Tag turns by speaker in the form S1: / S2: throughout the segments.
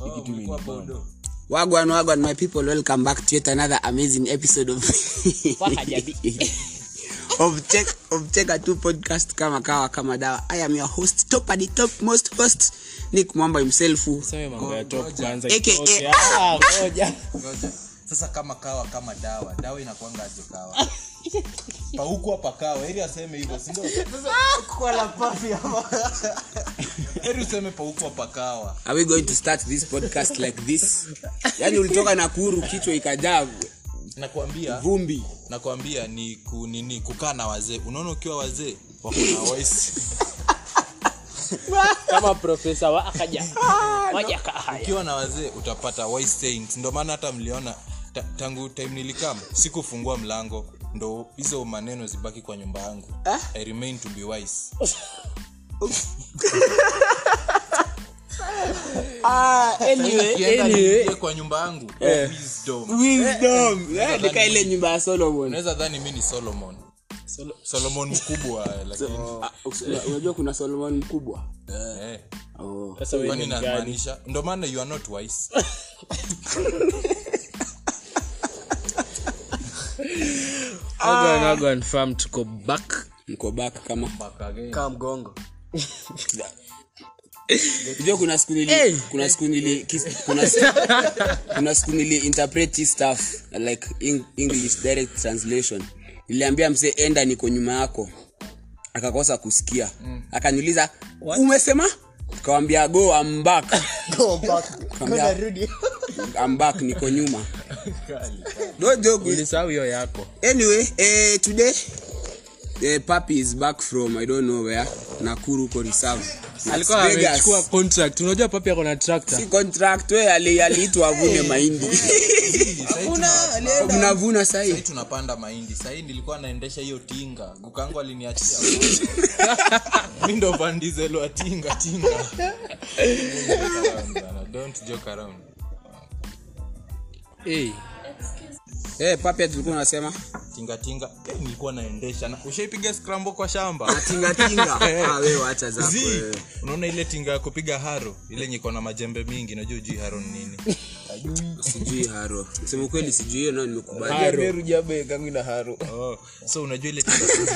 S1: Oh, mlikuwa bodo.
S2: wagwan wagwan my people welcome back to yet another amazing episode of of check of check two podcast kama kawa kama dawa i am your host top at the top most host nick mwamba himself AKA. eh, ah!
S1: Ngoja. sasa kama kawa kama dawa dawa inakuanga aje kawa pauku hapa kawa heri aseme hivyo sindo heri useme pauku hapa kawa
S2: are we going to start this podcast like this yani ulitoka na kuru kichwa ikajaa
S1: nakwambia
S2: vumbi
S1: nakwambia ni ku, nini kukaa na wazee unaona ukiwa wazee wako na voice
S3: kama profesa wa akaja waja kahaya
S1: ukiwa na wazee utapata voice sayings ndio maana hata mliona ta, tangu time nilikam sikufungua mlango ndo hizo maneno zibaki kwa nyumba yangu i remain to be wise Ukienda niingie kwa nyumba yangu wisdom
S2: wisdom Eh, ni kaa ile nyumba ya solomon
S1: unaweza dhani mi ni solomon
S3: Solo-
S1: solomon mkubwa lakini
S2: Ah, unajua kuna solomon mkubwa
S1: eh,
S2: oh.
S3: sasa wewe ni
S1: kwani
S3: mgani
S1: namaanisha ndo maana you are not wise
S3: Wagwan, wagwan farm tuko back
S2: mko back kama
S1: Back again.
S4: kaa mgongo
S2: unajua kuna siku nili
S3: Hey!
S2: kuna siku nili kis- kuna siku, kuna siku nili interpret hii stuff like eng- english direct translation niliambia mzee enda niko nyuma yako akakosa kusikia akaniuliza umesema kawambia go I'm back
S4: Go back.
S2: Kwambia-
S4: Narudi.
S2: I'm back niko nyuma no joke
S3: ulisahau hiyo yako
S2: anyway eh, today eh, papi is back from i don't know where nakuru ko reserve Las
S3: alikuwa
S2: Vegas.
S3: amechukua contract unajua papi ako na tractor
S2: si contract we ali- aliitwa avune mahindi mnavuna
S1: Sahii
S2: sahi
S1: tunapanda mahindi sahii nilikuwa naendesha hiyo tinga gukangu aliniachia mi ndo vandizelwa tinga tinga Don't joke around, bana. Don't joke around.
S3: hey.
S2: hey, papi Eh, tulikuwa unasema
S1: tinga tinga eh, nilikuwa naendesha na ushaipiga scrambo kwa shamba
S2: natingatinga Ah, wewe acha zako
S1: Zii,
S3: eh.
S2: wewe.
S1: unaona ile tinga ya kupiga haro ile nyiko na majembe mingi najua ujui haro ni nini
S2: sijui haro sema kweli sijui hiyo nao nimekubali
S3: Haro.
S1: oh, so unajua ile tinga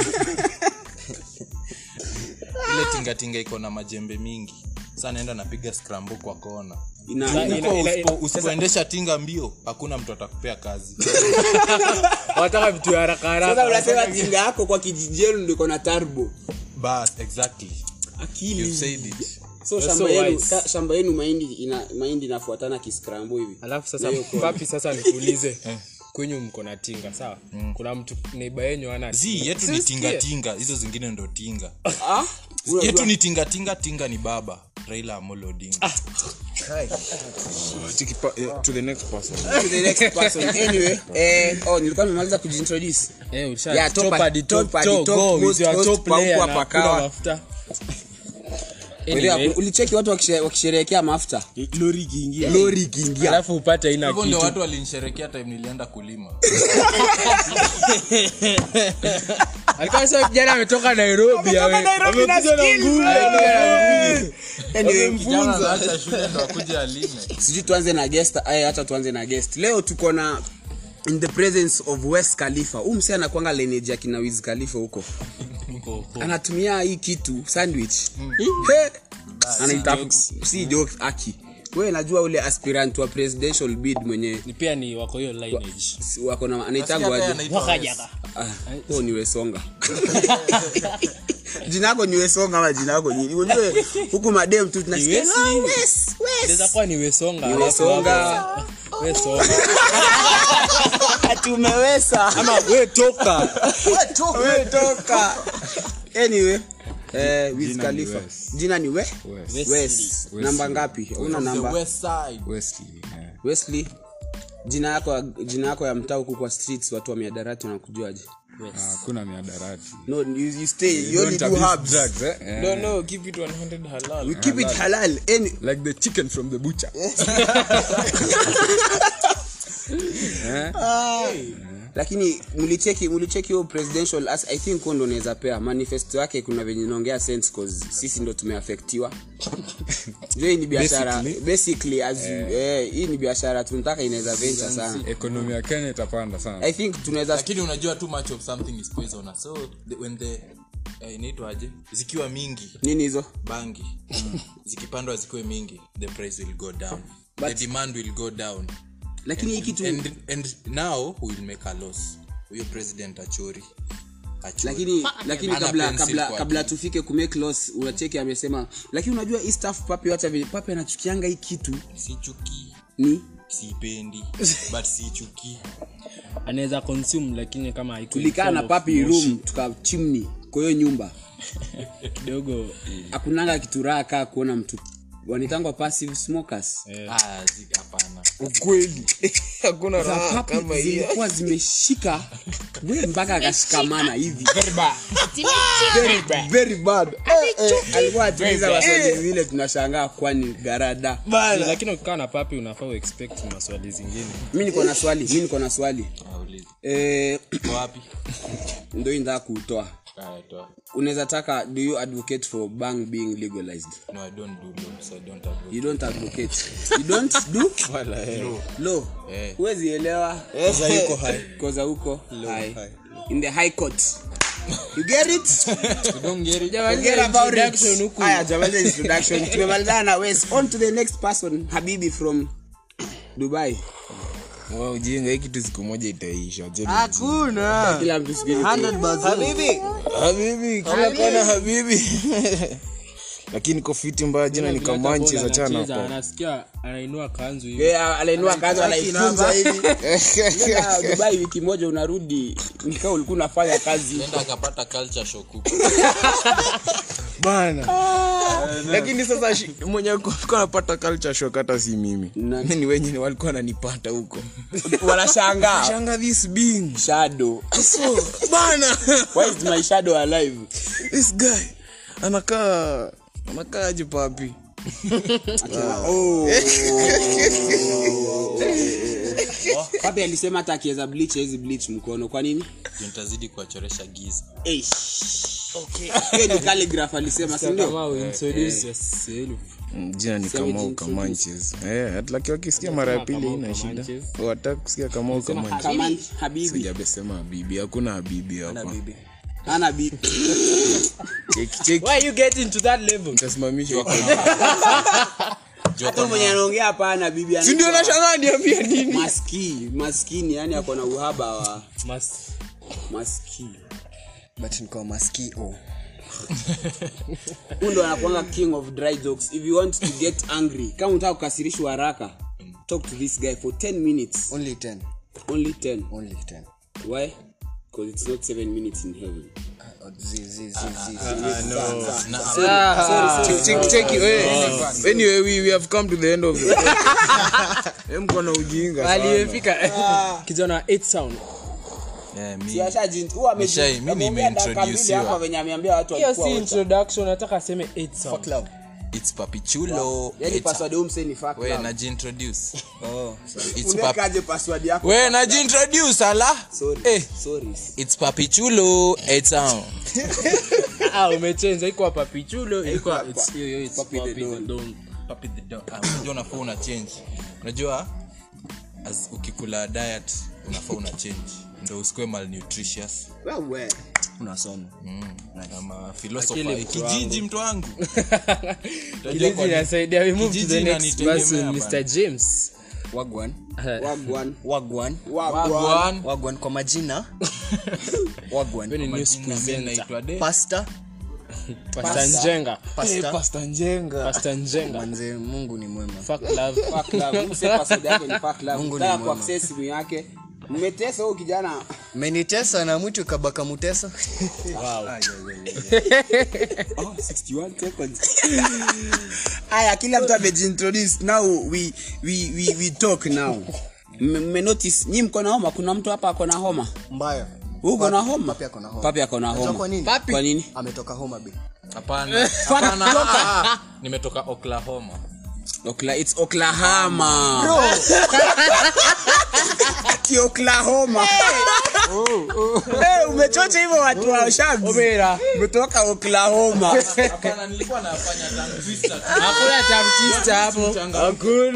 S1: ile tinga tinga iko na majembe mingi sa naenda napiga scrambo kwa kona
S2: Ina-
S3: Ina-
S1: Huko
S3: ina-
S1: usipo- usipoendesha tinga mbio hakuna mtu atakupea kazi
S3: wataka vitu ya haraka
S2: sasa
S3: haraka
S2: unasema tinga yako kwa kijiji yenu ndiko na turbo
S1: Bas, exactly you
S2: akili
S1: said it
S2: so
S3: You're
S2: shamba
S3: so
S2: yenu
S3: wise.
S2: ta- shamba yenu mahindi ina mahindi inafuatana kiskrambo hivi
S3: alafu sasa papi sasa nikuulize kwenyu mko na tinga sawa kuna mtu neiba yenyu ana
S1: z yetu ni
S3: Sisikie.
S1: tinga tinga hizo zingine ndo tinga
S2: ah Unajua-
S1: yetu ni tinga tinga tinga ni baba raila amolo
S3: Ah,
S1: odinga
S2: to the next person anyway eh oh nilikuwa nimemaliza kujiintroduce
S3: Eh, usha-
S2: Yeah, top
S3: top
S2: at-
S3: at the top,
S2: top at the
S3: top,
S2: top,
S3: go,
S2: most
S3: with your
S2: host,
S3: top
S2: pauku
S3: player na
S2: hapa
S3: hakuna
S2: kawa.
S3: mafuta.
S2: anyway.
S3: Anyway,
S2: ulicheki watu wakishe- wakisherehekea mafuta lori ikiingia
S3: alafu upate aina
S1: hivyo ndio
S3: kitu
S1: watu walinisherekea time nilienda kulima
S3: alikuwa sasa kijana ametoka nairobi awe- amekuja na ngumi, amekuja na ngumi.
S2: anyway
S1: kijana anaacha shule ndo akuja alime
S2: sijui tuanze na guest aya hata tuanze na guest leo tuko na in the presence of west khalifa huu msee anakwanga lineage ya kina wiz khalifa huko
S1: Oh. Yaani
S2: anatumia hii kitu sandwich He! anaita si joke aki wewe najua ule aspirant wa presidential bid mwenye
S3: Ni pia ni wako hiyo lineage
S2: si- wako na
S1: Nasikia
S2: anaitangwa
S1: pia
S2: aje?
S1: anaitwa Wes.
S2: Ah, huo ni wesonga jina yako ni wesonga ama jina yako nini ujue huku madem tu tunasikia
S3: Ni Wesi.
S2: "Ah, Wes, Wes."
S3: Inaweza kuwa ni wesonga
S2: Ni
S3: alafu
S2: Wesonga.
S3: hapo- Wesonga.
S2: tumewesa
S3: Ama we toka
S2: umetoka anyway eh, Wiz Khalifa jina ni we Wes. namba ngapi una
S1: The
S2: namba
S1: West Side.
S2: wesley jina yako jina yako ya mtaa huku kwa streets watu wa miadarati wanakujuaje
S5: Ah, hakuna miadarati
S2: no you, you stay you
S5: Don't
S2: only do
S5: abuse
S2: herbs
S5: drugs, eh? Eh,
S3: no no give it 100 halal
S2: we keep it halal any
S5: like the chicken from the butcher
S2: lakini mlicheki mlicheki hiyo presidential as i think huo ndo naweza pea manifesto yake kuna venye naongea sense cause sisi ndo tumeafektiwa jo hii ni biashara
S5: Basically.
S2: basically as you- eh, hii ni biashara tunataka inaweza venture sana
S5: ekonomi ya kenya itapanda sana
S2: i think tunaweza
S1: lakini unajua too much of something is poisonous so the, when the eh, inaitwaje zikiwa mingi
S2: nini hizo
S1: bangi Mm. zikipandwa zikiwe mingi the price will go down the demand will go down
S2: lakini hii kitu
S1: and, and now we'll make a loss huyo president achori Achori.
S2: lakini lakini
S1: Ana
S2: kabla
S1: pencil
S2: kabla
S1: kwa
S2: kabla tufike kumake loss unacheki amesema lakini unajua hii staff papi hata vile papi anachukianga hii kitu
S1: sichuki
S2: ni
S1: siipendi but siichuki
S3: anaweza consume lakini kama haiko
S2: tulikaa na
S3: inform of
S2: papi
S3: moshi
S2: room tukachimni kwa hiyo nyumba
S3: kidogo
S2: hakunanga kituraha kaa kuona mtu wanitangwa passive smokers
S1: Ah, zi- hapana
S2: ukweli
S4: hakuna
S2: za
S4: raha kama
S2: papi
S4: hiyo
S2: zilikuwa zimeshika we mpaka akashikamana hivi very bad Eh, eh, alikuwa atuliza waswali zile tunashangaa kwani garada
S3: lakini ukikaa na papi unafaa uexpect maswali zingine
S2: mi niko na swali mi niko na swali
S1: Auliza.
S2: eh,
S1: Uko wapi
S2: ndo indaa kuutoa
S1: Haya, toa.
S2: unaweza taka do you advocate for bank being legalized
S1: no i don't do loans i don't have
S2: you don't advocate you don't do lo
S1: Eh.
S2: huwezi elewa
S4: yuko
S2: koza huko high. in the high court you get it Forget about it. Aya, jamani, introduction. tumemalizana na Wes. on to the next person habibi from dubai
S4: Wewe ujinga hii kitu siku moja itaisha Je,
S2: kila mtu siku hizi-
S4: habibi habibi kila kona habibi lakini kofiti mbaya jina ni kamanchi za chana hapo
S3: anasikia anainua kanzu hivi
S2: Eh, alainua kanzu anaikunja hivi Nenda dubai wiki moja unarudi nikaa ulikuwa unafanya kazi
S1: enda akapata culture shock huko
S4: bana lakini sasa shi- mwenye alikuwa anapata culture shock hata si mimi
S2: Na-
S4: mimi ni wenyewe walikuwa wananipata huko
S2: wanashangaa
S4: shanga this being
S2: shadow
S4: so bana
S2: why is my shadow alive
S4: this guy anakaa anakaa aje papi
S2: papi alisema hata akiweza bleach hawezi bleach mkono kwa nini
S1: Ndio nitazidi kuwachoresha giza
S2: Eish. Hiyo ni calligraph alisema si ndio?
S3: kama
S2: Eh.
S3: uintroduce yourself
S4: Mm, jina ni
S2: Seventeen
S4: kamau
S2: Centuries.
S4: kamanches hatlaki wakisikia mara ya pili
S3: Kamau
S4: ina shida
S3: Kamanches.
S4: wataka kusikia kamau kamanches
S2: Kaman- habibi
S4: sijabesema habibi hakuna habibi hapa
S2: ana bibi
S4: Cheki, cheki.
S3: why you get into that level
S4: nitasimamisha huko.
S2: hata mwenye anaongea hapa ana bibi
S4: Si ndio
S2: ana
S4: nashangaa niambia nini
S2: maskini maskini yani ako na uhaba wa
S3: Mas-
S2: maskini huu ndo anakuanga king of dry jokes if you want to get angry kama unataka kukasirishwa haraka talk to this guy for 10 minutes
S6: Only 10.
S2: only 10
S6: Only 10.
S2: why because it's not 7 minutes in heaven
S6: Uh, Z, Z, Z,
S3: Ah,
S6: Z.
S4: Cheki,
S3: Ah,
S4: cheki, we.
S2: eh.
S4: Anyway, we- we have come to the end of the- Em, mko na ujinga sana.
S3: kijana wa eight sound
S1: Eh, mi- Nishai, mi nimeintroduciwa.
S2: hapa venye ameambia watu
S3: hiyo si
S2: walikuwa wote.
S3: introduction nataka aseme eight sound
S6: Club.
S1: it's papichulo
S2: Yaani password huyu msee ni fuck
S1: we
S2: love.
S1: najiintroduce It's papi-
S2: Unawekaje password yako
S1: we najiintroduce ala
S2: Sorry,
S1: Eh.
S2: sorry.
S1: its papichulo etan
S3: ah umechenza iko hapa pichulo iko hapa- it's- hiyo- hiyo it's
S2: Papi the
S3: papi the
S2: Don.
S3: Don.
S1: Ah, unajua unafaa una change unajua as ukikula diet unafaa una change ndo usikuwe malnutritious Mm.
S2: Wewe.
S6: Unasoma.
S1: ama
S3: Akili
S1: philosopher kijiji mtu wangu
S3: Kijiji inasaidia we move to
S1: kijiji
S3: the next
S1: inanitegemea
S3: person
S1: bana.
S3: Mr James
S6: Wagwan.
S2: Wagwan.
S6: Wagwan.
S2: Wagwan.
S1: Wagwan.
S6: Wagwan kwa majina. Wagwan.
S3: Wewe ni news
S1: Majina mimi naitwa De.
S6: Pasta.
S3: Pastor Njenga
S6: Pasta.
S3: Pastor Njenga
S6: Manze, Mungu ni mwema.
S3: fuck love
S2: Fuck love. Huyu msee password yake ni fuck love.
S6: Mungu ni
S2: Unataka
S6: mwema.
S2: kuaccess simu yake. Mmetesa huyu kijana.
S6: Menitesa na mwitu kabaka mutesa. Oh,
S2: Aya, kila mtu amejiintroduce. Now we we we we talk now. Mme- mmenotice, nyinyi mko na homa kuna mtu hapa ako na homa
S6: Mbaya.
S2: Wewe uko na
S6: Papi-
S2: homa
S6: Papi ako na homa.
S2: Papi ako na
S6: Unajua kwa
S2: homa
S6: nini?
S2: kwa nini
S6: Ametoka homa bi.
S1: Eh, hapana hapana nimetoka Ah, oklahoma
S2: Okla, it's Oklahoma. Ati Oklahoma. Eh, umechocha hivyo watu wa shabs. Umetoka Oklahoma.
S1: hapana nilikuwa nafanya tongue twister tu.
S3: hakuna tamtista hapo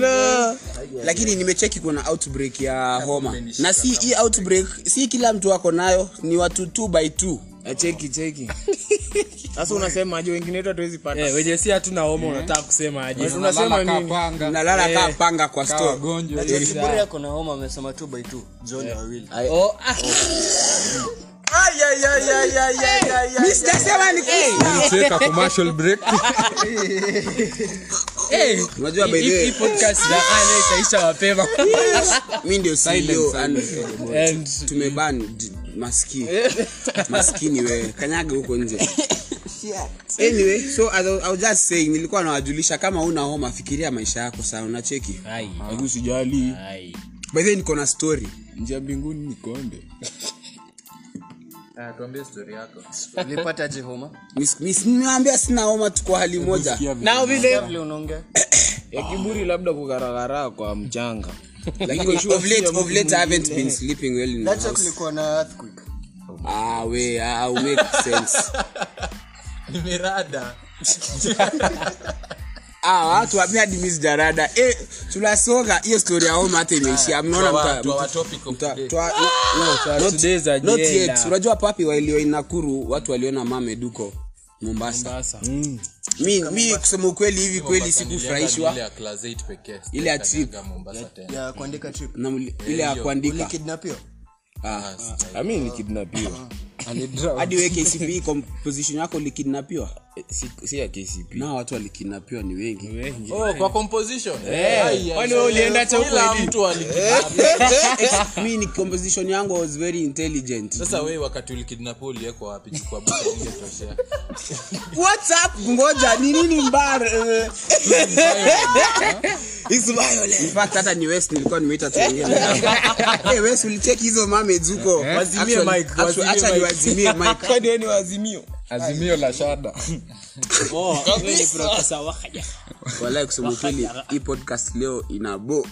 S2: Lakini nimecheki kuna outbreak ya homa. Na si hii outbreak, si kila mtu ako nayo, ni watu 2 by 2.
S4: cheki cheki sasa unasema aje wengine wetu hatuwezi pata
S3: Eh, wenye si hatuna homa unataka kusema aje Eh,
S4: unasema
S5: Kaa
S4: nini
S5: panga,
S2: Nalala kama panga kwa
S5: kaa
S2: store.
S5: wagonjwa.
S6: Kiburi yako na homa amesema tu by two John wawili
S3: Oh, ah,
S2: Mimi sijasema ni
S5: Tulicheka commercial break.
S3: eh,
S2: Unajua by the
S3: hii- hii
S2: way,
S3: podcast ya Ale itaisha mapema
S2: mimi ndio CEO and
S3: And-
S2: tumeban d- maskini maskini wewe kanyaga huko nje anyway so as I, I was just saying nilikuwa nawajulisha kama una homa fikiria maisha yako sana unacheki
S3: Ai,
S5: Lakini usijali.
S3: ai.
S2: by the way niko na story
S5: Njia mbinguni ni konde.
S1: Ah, tuambie story yako
S6: ulipata je homa
S2: Mis- mis- nimewaambia sina homa tuko hali moja
S5: Sikia
S3: Nao vile
S6: vile unaongea
S4: ya kiburi labda kugaragara kwa mchanga
S2: lakini of late of late I haven't been sleeping well in my
S6: That's why
S2: house
S6: kulikuwa na earthquake
S2: ah we ah you make sense
S1: nimerada
S2: ah watu wapia dimis jarada eh tulasonga hiyo story ya homa hata imeishia mnaona mta-
S1: Ah, Twa- twa topic of
S2: Twa-
S1: today.
S2: twa-
S4: Ah,
S2: no, no,
S3: twa
S2: not-
S3: today za
S2: not
S3: jela.
S2: yet. unajua papi walio inakuru watu waliona mame duko mombasa
S3: sasa
S2: mi, mi kusema ukweli hivi kweli sikufurahishwa
S1: Ile ya class 8 pekee.
S2: Ile ya trip.
S1: Kanyaga Mombasa tena.
S6: ya kuandika trip
S2: na mli- ile ya kuandika
S6: ulikidnapiwa
S2: Ah,
S4: ami ni kidnapiwa
S2: hadi we kcp composition yako likidnapiwa
S4: Eh, Si- si ya kcp
S2: na watu walikidnapiwa ni wengi
S1: Oh, kwa composition Ai, ai,
S3: Kwani
S1: ai.
S3: wewe ulienda cha huko
S1: Kila
S3: ili?
S1: mtu aliki-
S2: Eh, mi ni composition yangu I was very intelligent
S1: sasa wewe wakati ulikidnap uliekwa wapi chukua buka ingetoshea
S2: what's up ngoja ni nini mbar eh,
S4: It's violent.
S2: in fact hata ni west nilikuwa nimeita tu wengine hey, west ulicheki hizo mermaids huko
S4: Wazimie
S2: Actually-
S4: mic, wazimie
S2: actually
S4: mic.
S2: wazimie mic
S4: Kwani wewe ni waazimio
S6: Ah.
S5: Azimio la shada.
S3: Oh,
S2: walai kusema ukweli hii podcast leo ina bo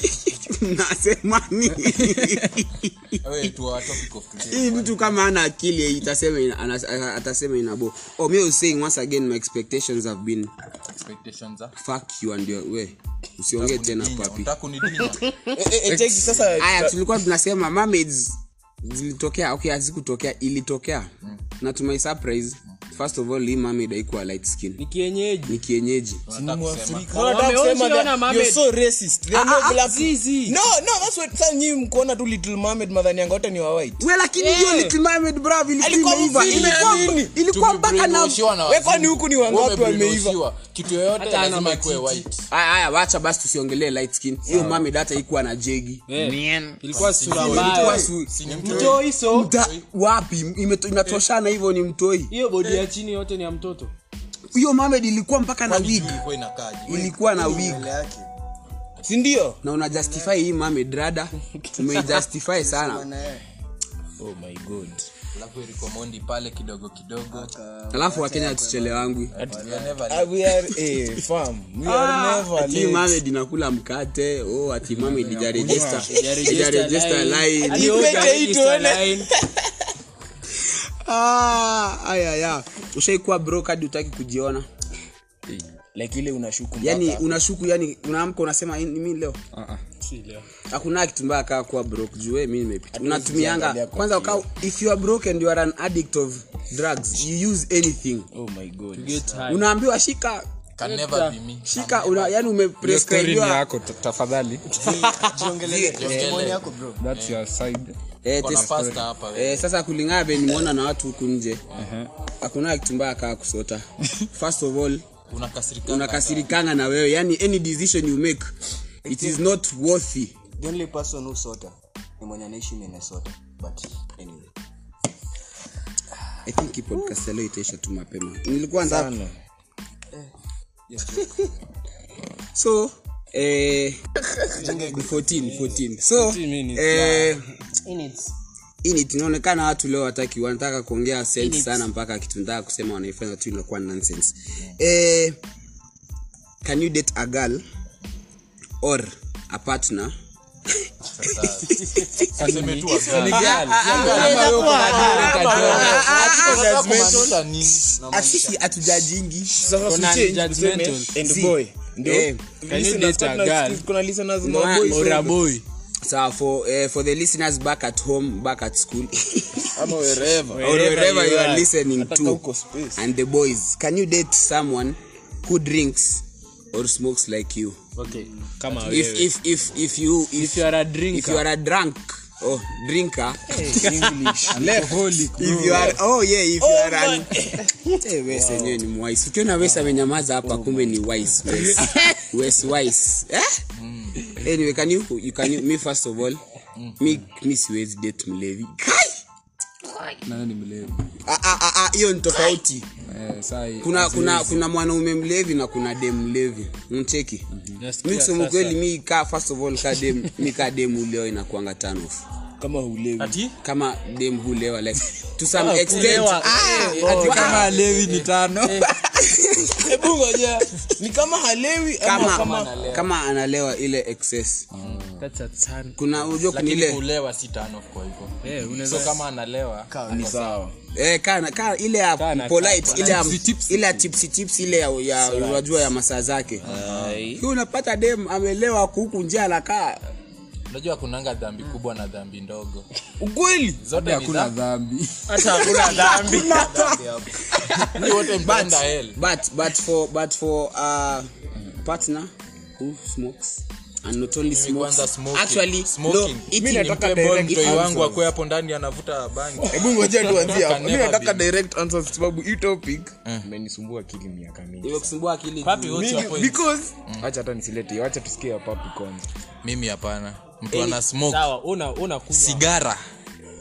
S2: nasemani
S1: wewe tu wa topic of today
S2: hii mtu kama ana akili eh, itasema ina- ana- ana- atasema ina bo oh, me was saying once again my expectations have been
S1: expectations za
S2: fuck you and your way usiongee tena papi
S1: unataka kunidinya
S3: Eh,
S4: cheki sasa
S2: aya tulikuwa tunasema mermaids zilitokea okay hazikutokea ilitokea na to my surprise first of all hii mermaid haikuwa light skin
S3: ni kienyeji
S2: ni kienyeji
S3: Wameonji ona Mohamed. Ah,
S4: no no that's what sasa nyinyi mkuona tu little mermaid madhani yangu hata ni wa white
S2: we lakini hiyo
S3: Eh.
S2: little mermaid brav
S4: Alikuwa
S2: ilikuwa imeiva
S4: mfili na
S2: Ilikuwa-
S4: nini?
S2: ilikuwa mpaka na
S4: Wewe kwani huku ni wangapi wameiva?
S1: kitu yoyote
S3: Hata ana
S1: lazima ikuwe white
S2: aya aya wacha basi tusiongelee light skin hiyo mermaid hata ikuwa na jegi
S3: ilikuwa sura mbaya
S2: Ilikuwa su-
S1: Si ni mtu
S3: mtoo hiso
S2: Da- wapi Imeto- inatoshana hivyo ni mtoi
S3: hiyo bodi ya chini yote ni ya mtoto
S2: hiyo mermaid ilikuwa mpaka na wig
S1: ilikuwa inakaaje
S2: ilikuwa na wig
S6: mbele yake
S4: sindio
S2: na una justify hii mermaid rada umeijustify sana
S6: Bwana,
S4: oh my god
S1: alafu ilikuwa mondi pale kidogo kidogo
S2: alafu wakenya tuchelewangwi
S1: You are never
S4: Ah, we are a farm we
S3: Ah.
S4: are
S5: Ah,
S4: never
S2: ati
S4: late.
S2: mermaid inakula mkate oh ati mermaid ijarejista ijarejista line Ah, aya ya ushaikuwa broke hadi utaki kujiona
S4: like ile unashuku
S2: yani
S4: mpaka.
S2: unashuku yani unaamka unasema mi leo
S5: Ah, ah.
S2: hakuna kitu mbaya kaa kuwa broke juu wewe mimi nimepita unatumianga kwanza uka if you are broke and you are an addict of drugs you use anything
S4: oh my god
S2: unaambiwa shika
S1: can never be me
S2: shika una, yani
S5: Hiyo story ni
S2: umeprescribiwa
S5: yako ta- tafadhali.
S6: testimony yako bro
S5: That's your side.
S2: eh,
S1: Kuna
S2: tes-
S1: pasta hapa wewe
S2: eh, sasa kulingana vile nimeona na watu huku nje hakuna kitu mbaya kaa kusota first of all
S1: unakasirika
S2: unakasirikanga na wewe yani any decision you make it is not worthy
S6: the only person who sota ni mwenye anaishi minnesota but anyway
S2: i think hii podcast ya leo itaisha tu mapema nilikuwa nataka
S4: Sana.
S6: Eh,
S2: so eh, 14, 14. so
S4: minutes,
S2: eh, in it, inaonekana watu leo wataki wanataka kuongea sense sana mpaka kitu nataka kusema wanaifanya tu inakuwa nonsense eh, can you date a girl or a partner
S1: Aseme tu wa-
S2: Ah,
S1: Kumaanisha nini?
S2: Ah, sisi hatujajingi
S4: Kuna
S2: change,
S4: judgmental.
S2: tuseme,
S4: And
S2: si.
S4: boy. Ndio.
S2: Eh,
S4: Can you listeners, date a partners, girl? kuna listeners
S2: No,
S4: maboys
S2: or a
S4: wengi.
S2: sawa for, eh, for the listeners back at home back at school
S4: Ama wherever.
S2: or wherever you are listening
S4: Nataka
S2: to
S4: uko space.
S2: and the boys can you date someone who drinks or smokes like you
S4: Kama
S2: if
S4: wewe.
S2: if if if you if,
S4: If you are a drinker.
S2: if you are a drunk oh drinker
S5: Alcoholic.
S2: if you are oh yeah if you are an Eh, wes enyewe ni mwais ukiona wes amenyamaza hapa
S4: Oh
S2: kumbe ni wise wes wes wise eh
S4: Hmm.
S2: anyway can you you can you me first of all me me siwezi date mlevi Kai!
S5: Nani ni mlevi?
S2: Ah, ah, ah, ah, hiyo ni tofauti
S5: Eh, sai-
S2: kuna
S5: asi-
S2: kuna kuna mwanaume mlevi na kuna dem mlevi mcheki mi
S4: Nasikia
S2: kusema
S4: sasa,
S2: ukweli mi kaa first of all kaa dem mi kaa dem huleo inakuanga turn off
S4: kama hulewi.
S1: Ati?
S2: kama dem hulewa like to some extent
S4: kulewa.
S2: Ah,
S4: Eh,
S2: wow. Eh.
S5: Ati kama alewi ni tano
S4: Hebu ngoja. Ni kama halewi ama
S2: kama,
S4: kama-
S2: kama, kama analewa ile excess
S4: That's a turn.
S2: kuna unajua kuna
S1: Lakini
S2: ile
S1: kulewa si tano kwa hivyo
S4: Eh,
S1: so
S4: unaweza-
S1: kama analewa
S4: ni sawa.
S2: eh, kana, kana, ile ya
S4: Kana,
S2: polite ile ya
S5: Tipsy, tipsy.
S2: ile ya tipsy tips ile ya, ya unajua ya masaa zake
S4: Ai.
S2: hiyo unapata dem amelewa huku njia anakaa
S1: unajua kunanga dhambi kubwa na dhambi ndogo
S4: Ukweli.
S1: zote ni
S5: hakuna
S1: dhambi.
S5: dhambi
S1: Ni wote mtaenda hell
S2: but but for but for uh, partner who smokes and not only
S1: Mimi kwanza
S2: smokes
S1: smoking.
S2: actually
S1: Smoking.
S2: no,
S1: Mimi
S2: eating
S1: nataka
S2: in-
S1: direct
S2: if-
S1: boy wangu akue hapo ndani anavuta bangi
S4: Hebu ngoja tuanzie hapo.
S1: Can
S4: Mimi
S1: never
S4: nataka
S1: be.
S4: direct answers kwa sababu hii topic
S5: Eh.
S4: imenisumbua akili miaka mingi.
S2: imekusumbua akili
S1: Papi, what's your point?
S4: Because
S5: Mm.
S4: acha hata nisilete, hiyo, acha tusikie hapa hapo kwanza.
S1: mimi hapana mtu ana smoke
S4: Sawa, una una
S1: sigara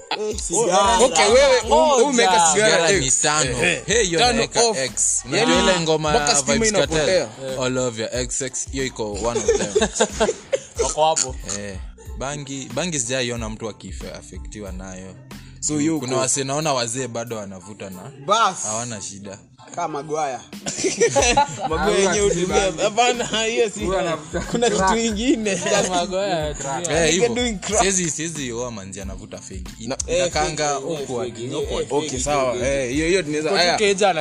S2: Eh, Oh,
S4: Ah, Okay, wewe um- umeweka sigara
S1: Ah, sigara ni
S4: X. Eh,
S1: tano Hey, hiyo
S4: Tano
S1: naeka
S4: off.
S1: X.
S4: Yaani,
S1: Unajua ile ngoma ya
S4: mpaka stima
S1: Vibes Cartel?
S4: inapotea.
S1: Eh. All of your XX, hiyo iko one of them
S6: wako hapo
S1: Eh, bangi bangi sijaiona mtu akiafektiwa nayo
S4: So hiyo
S1: kuna wase naona wazee bado wanavuta na
S2: bas
S1: hawana shida
S2: kama Ah, magwaya
S4: magoya yenyewe utumia. Hapana, hiyo si. Kuna kitu ingine.
S1: Eh, hivyo.
S4: doing Eh, crack.
S1: Siezi- siezi oa manzi anavuta fegi Ina- inakaanga awkward.
S4: Okay, sawa. Eh, hiyo hiyo tunaweza. Haya.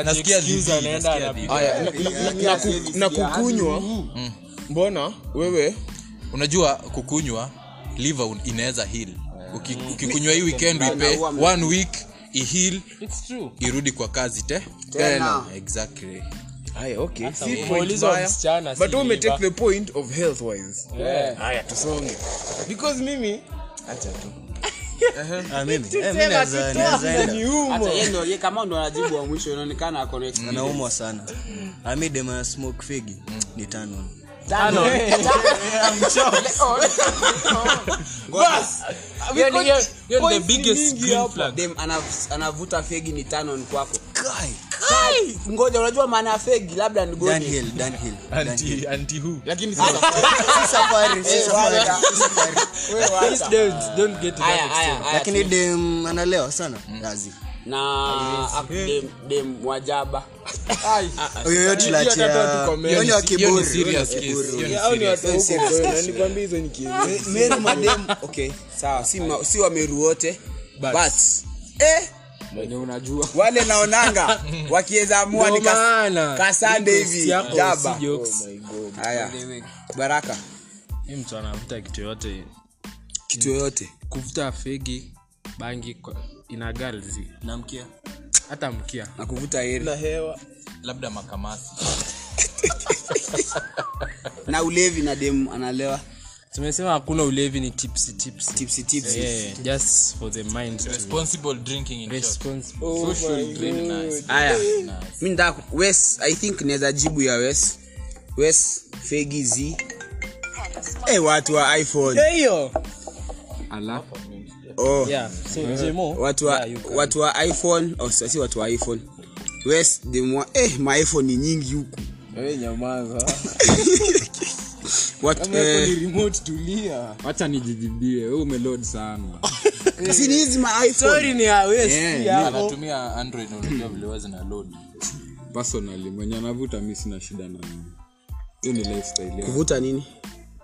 S1: Nasikia dhidi, nasikia dhidi.
S4: Aya, na-
S2: Yaani
S4: na- na- na kukunywa
S5: Mm.
S4: mbona wewe
S1: unajua kukunywa liver un- inaweza heal Uki-
S6: Mm.
S1: ukikunywa hii weekend ipe one week iheal irudi kwa kazi te
S2: tena
S1: exactly
S4: Aya, okay. Si point mbaya. But wewe umetake the point of health wise. Aya, tusonge. Because mimi acha tu.
S6: eh,
S2: hata yeye ndio yeye kama ndo anajibu wa mwisho inaonekana ako na experience.
S6: naumwa sana
S1: Mm.
S6: amidema smoke figi ni tano
S2: Oh, Ah, dem ana- anavuta fegi ni tano ni kwako Kai! ngoja unajua maana ya fegi labda ni gold.
S6: Dunhill, Dunhill, Dunhill.
S2: Haya, haya, haya, Mm.
S6: lakini dem analewa sana razi
S2: na ak- dem- dem wajaba
S6: yoyotilachiaoni
S1: hiyo ni
S6: wakiburi
S1: serious case hiyo ni
S4: Nikwambia hizo ni kitu.
S2: mero madem okay sawa si, ma, si wameru wote but eh,
S5: unajua
S2: wale naonanga wakiweza amua ni kas- kasande hivi jaba haya baraka
S3: mtu anavuta kitu yoyote
S2: kitu yoyote
S3: kuvuta fegi bangi kwa- ina galzi
S6: na mkia
S3: hata mkia
S2: na kuvuta heri
S1: labda makamasi
S2: na ulevi na dem analewa
S3: tumesema hakuna ulevi ni tipsi tipsi
S2: tipsi tipsi
S3: yeah, just for the mind to
S1: responsible drinking in short.
S3: response
S2: haya mi ndaa wes i think naweza jibu ya wes wes fegi z hey, watu wa iphone oh,
S3: yeah so jemo
S2: watu wa, watu wa iphone oh, so- si watu wa iphone wes demwa eh, ma iphone ni nyingi huku
S4: Wewe nyamaza.
S2: watu eh,
S4: remote tulia.
S5: wacha nijijibie wewe umelod sana
S2: si ni hizi ma iphone
S3: ni awes
S2: Eh,
S1: anatumia android unajua vile wazi na load
S5: personally mwenye anavuta mi sina shida na hiyo ni lifestyle yako.
S2: kuvuta nini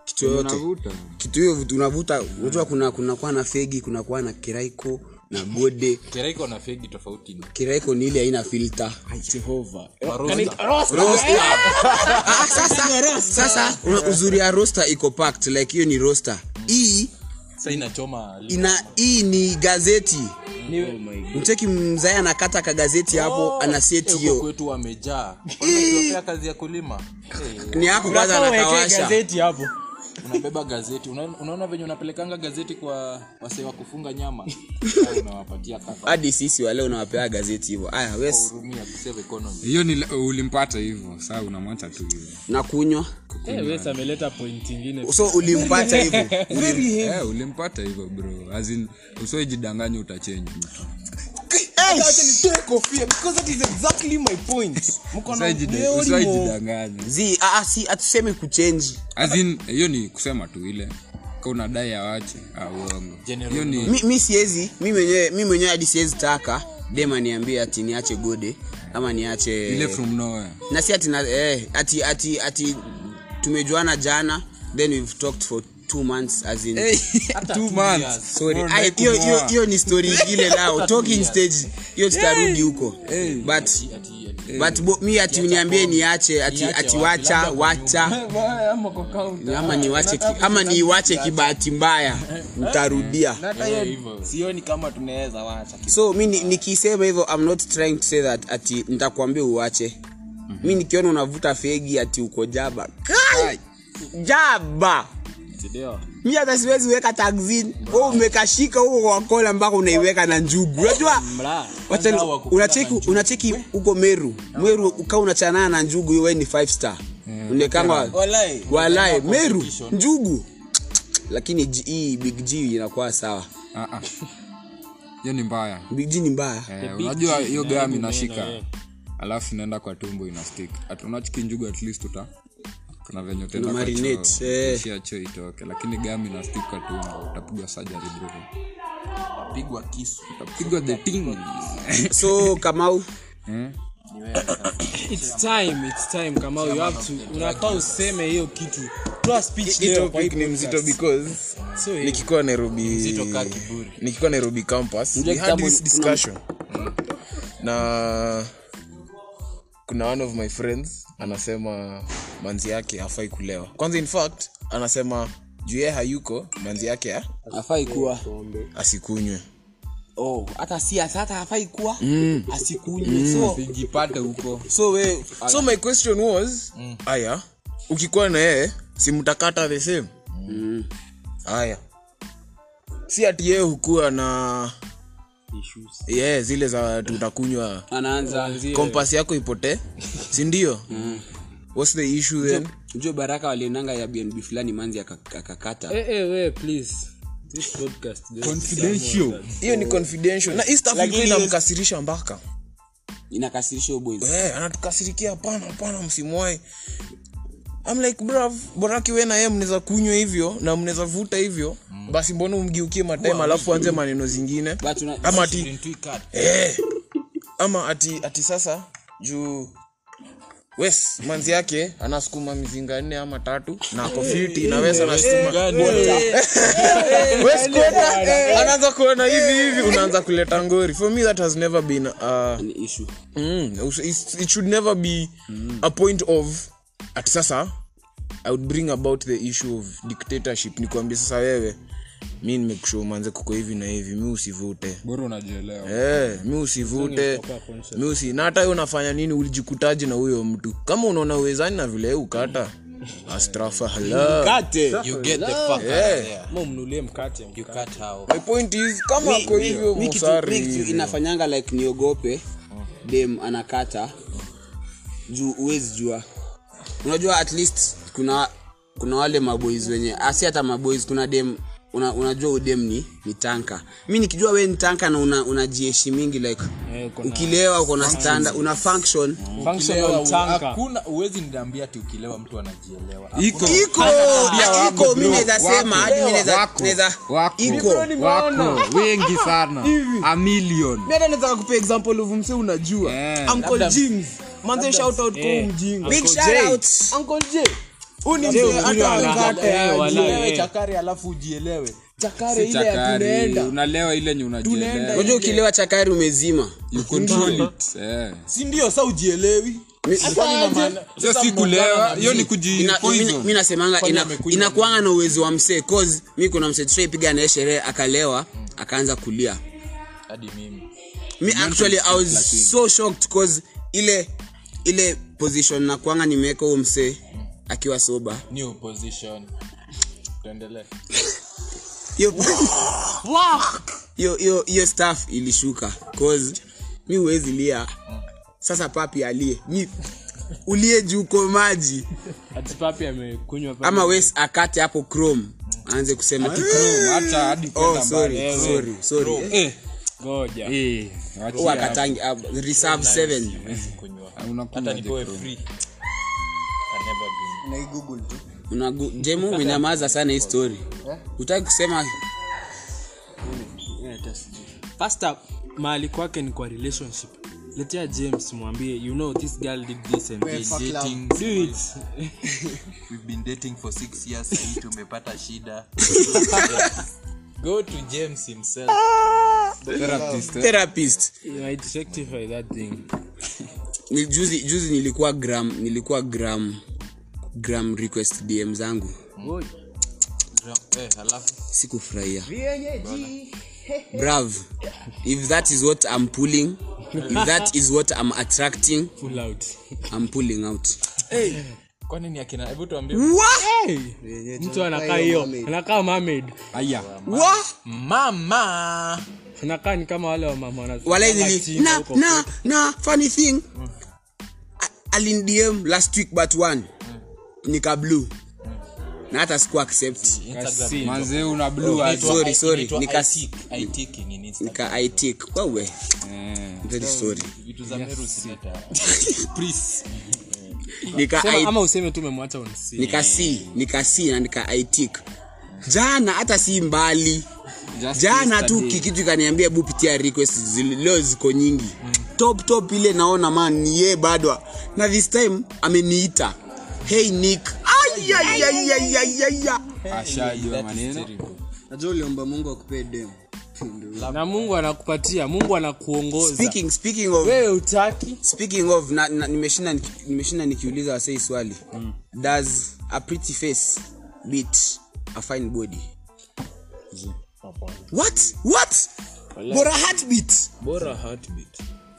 S2: kitu yoyote
S5: Unavuta.
S2: kitu hiyo vutu- unavuta unajua kuna kunakuwa na fegi kunakuwa na kiraiko na gode
S1: keraiko na fegi tofauti
S6: Yaani-
S1: ni
S2: kiraiko ni ile haina filter Roaster. Ah, sasa sasa una- uzuri ya roster iko packed like hiyo ni roster hii
S1: sa inachoma li-
S2: ina hii ni gazeti
S3: Oh
S2: mcheki mzae anakata ka gazeti hapo ana seti
S1: huko
S2: hiyo
S1: kwetu wamejaa Wanatupea kazi ya kulima Eh,
S2: ni yako kwanza anakawasha
S3: gazeti hapo
S1: unabeba gazeti Una- unaona venye unapelekanga gazeti kwa wasee wa kufunga nyama Ah, unawapatia kafa
S2: hadi sisi wale unawapea gazeti hivyo aya wes
S1: hurumia kusave economy
S5: hiyo ni ulimpata hivyo saa unamwacha tu hivyo
S2: na kunywa
S3: Eh, Wes ameleta point ingine
S2: so ulimpata hivyo
S5: Eh, ulimpata hivyo bro As in, usiojidanganya utachange usiojidanganya
S2: zi ah, si hatusemi kuchenji
S5: As in, hiyo ni kusema tu ile ka unadai awache ah, uongo hiyo ni
S2: mi, mi siwezi mi mwenyewe mi mwenyewe hadi siwezi taka dem aniambie ati niache gode ama niache
S5: ile from nowhere
S2: na si ati, na, eh, ati, ati, ati tumejuana jana then we've talked for two months as in
S5: two months
S2: Sorry. Ay, hiyo- hiyo hiyo ni story ingine nao talking stage hiyo tutarudi huko but but bo, mi ati uniambie niache ati, ati wacha wacha ama niwache ki- ama niiwache kibahati mbaya nitarudia
S4: sioni kama tunaweza wacha
S2: so mi ni- nikisema hivyo i'm not trying to say that ati nitakwambia uache mi nikiona unavuta fegi ati uko jaba Kai! jaba mi hata siwezi weka taxin wewe umekashika huko kwa kola mpaka unaiweka na njugu unajua Wacha ni- unacheki unacheki huko meru meru ukaa unachanana na njugu hiyo wewe ni five star unekangwa
S4: Walai.
S2: walai meru njugu lakini G- hii big g inakuwa sawa
S5: Ah, ah. hiyo ni mbaya
S2: big g ni mbaya
S5: Eh, unajua hiyo gam inashika alafu inaenda kwa tumbo inastick At- unachikinjugu at least uta kuna venye utaenda
S2: Una
S5: kwa choo,
S2: marinate, eh.
S5: ukiishia choo itoke lakini gam inastick kwa tumbo utapiga sajari bro
S1: pigwa kisu
S5: utapigwa the thing
S2: so kamau
S3: it's time it's time kama you have to unafaa useme hiyo kitu toa speech leo kwa hii
S4: ni mzito
S3: podcast.
S4: because
S3: So, eh,
S4: nikiwa nairobi
S1: kaa kiburi.
S4: nikiwa nairobi campus we had
S2: kitabu
S4: this discussion na kuna one of my friends anasema manzi yake hafai kulewa kwanza in fact anasema juu yeye hayuko manzi yake ha-
S2: afai kuwa
S4: asikunywe
S2: oh, hata si hata afai kuwa mm. asikunywe so,
S5: ijipate huko
S4: so we, so my question was aya ukikuwa na yeye simtakata the same haya si ati yeye hukuwa na yeah, zile za tutakunywa
S2: anaanza
S4: kompas yako ipotee sindio mm. whats the issue then
S2: jo baraka waliendanga ya bnb fulani manzi akak- akakata
S3: eh, eh, we, please this podcast
S5: confidential
S4: hiyo ni confidential na hii staff ilikuwa inamkasirisha mpaka
S2: inakasirisha boys
S4: Eh, anatukasirikia hapana hapana msimwae I'm like brav boraki we na yeye mnaweza kunywa hivyo na mnaweza vuta hivyo basi mbona umgeukie matime alafu anze maneno zingine
S2: But una-
S4: ama ati eh, ama ati ati sasa juu wes manzi yake anasukuma mizinga nne ama tatu na ako fiti na wes anasukuma Wes kuona, eh, anaanza kuona hivi hivi unaanza kuleta ngori for me that has never been uh,
S2: ni issue
S4: mm, it, it should never be a point of at sasa i would bring about the issue of dictatorship nikuambia sasa wewe mi nimekusha umanze kuko hivi na hivi mi usivute
S5: bora unajielewa
S4: Eh, mi usivute mi usi na hata we unafanya nini ulijikutaji na huyo mtu kama unaona uwezani na vile ukata astrafahala
S3: is mnulie mkate
S4: Eh, my point is kama ako hivyo
S2: mi kitu
S4: musari
S2: mi kitu
S4: hivyo.
S2: inafanyanga like niogope dem anakata juu uwezi jua unajua at least kuna kuna wale maboys wenye asi hata maboys kuna dem una, unajua udem ni ni tanka mi nikijua we ni tanka na una, una jieshi mingi like ukilewa uko na standard una function
S3: Mm.
S1: hakuna huwezi niambia ati ukilewa mtu anajielewa
S5: iko
S2: iko ati iko mi naweza sema hadi mi naweza
S5: wako
S2: naweza
S5: wako
S2: iko
S5: wako wengi sana a million
S4: Mimi hata nataka kupea example of mse unajua
S5: Eh.
S4: Uncle James. Manze shout out kwa huyu mjinga
S2: big shout out
S1: Huu ni
S3: Je,
S1: mzee,
S3: ukunywa
S1: hata
S3: la-
S1: wakati,
S3: eh,
S1: eh,
S3: wala,
S1: ujielewe
S3: eh.
S1: chakari alafu ujielewe chakare
S5: si
S1: ile ya
S5: chakari
S1: tunaenda
S5: unalewa ile nye
S1: Tunaenda.
S5: unajielewa
S2: unajua ukilewa chakari umezima
S5: You control it, eh.
S1: si ndio sa ujielewi
S2: Mi-
S1: Sasa
S2: Ina-
S1: aje-
S5: hiyo
S1: sasa
S5: si kulewa
S1: mnaungana
S5: hiyo
S1: na mimi.
S5: ni kuji poison.
S2: mi nasemanga
S1: Kwani
S2: ina-
S1: amekunywa
S2: inakuanga na uwezo wa msee cause mi kuna msee tushaipiga naye sherehe akalewa akaanza kulia
S1: hadi mimi
S2: mi actually i was so shocked cause ile ile position nakwanga nimeweka huo msee akiwa soba
S1: new position tuendelee
S2: hiyo hiyo- hiyo- hiyo staff ilishuka cause mi huwezi lia sasa papi alie mi ulie juu kwa maji
S3: Ati papi amekunywa papi.
S2: ama wes akate hapo chrome aanze kusema
S5: Chrome, hata hadi
S2: oh,
S5: kwenda
S2: sorry,
S5: mbali.
S2: sorry, sorry.
S5: Eh,
S3: Ngoja.
S5: eh, wacha
S2: Huwa
S5: hapo.
S2: akatangi ah, reserve 7
S1: kunywa
S5: Unakunywa
S1: hata
S5: aje
S1: nipewe
S5: Chrome?
S1: free I never been.
S6: naigoogle tu
S2: Unagu- jemu umenyamaza sana hii story
S1: Eh?
S2: utaki kusema
S3: Pastor, mahali kwake ni kwa relationship letea james mwambie you know this girl did this and
S6: Wewe,
S3: this.
S6: fuck love.
S1: Dating,
S3: Do it.
S1: we've been dating for six years hii tumepata shida go to james himself
S5: Therapist, eh.
S2: therapist
S3: You might rectify that thing.
S2: Ni- juzi, juzi nilikuwa gram nilikuwa gram gram request dm zangu
S3: Oi.
S1: eh, alafu
S2: sikufurahia brav if that is what i'm pulling if that is what i'm attracting
S3: Pull out.
S2: i'm pulling out
S1: kwani ni akina hebu tuambie
S3: Hey! mtu anakaa hiyo anakaa mermaid
S5: Aya,
S2: Wah!
S1: mama
S3: anakaa ni kama wale wamama wana-
S2: walaizili
S3: chini
S2: na
S3: huko.
S2: na na funny thing A- alindm last week but one nika blue na hata siku accept
S1: Instagram
S5: manze una blue eyes.
S2: Sorry,
S1: Inaitwa-
S2: sorry,
S1: inaitwa
S2: nikas-
S1: itik- itiking in Instagram.
S2: nika itik kwawe
S5: Eh,
S2: very sorry
S1: vitu za meru zileta Eh.
S2: nika
S3: Sema,
S2: i-
S3: ama useme tu umemwacha on scene.
S2: nika c nika c na nika itik jana hata si mbali
S5: just
S2: jana tu
S5: yesterday.
S2: kikitu ikaniambia bu pitia request zili- leo ziko nyingi
S1: Mm.
S2: top top ile naona man ni ye bado na this time ameniita hey nick ayayayayaya
S5: ashajua maneno
S6: najua uliomba mungu akupee dem
S3: na mungu anakupatia mungu anakuongoza
S2: speaking speaking of
S3: wewe utaki
S2: speaking of na, na, nimeshinda niki- nimeshinda nikiuliza wasei swali mm. does a pretty face beat a fine body what what bora heartbeat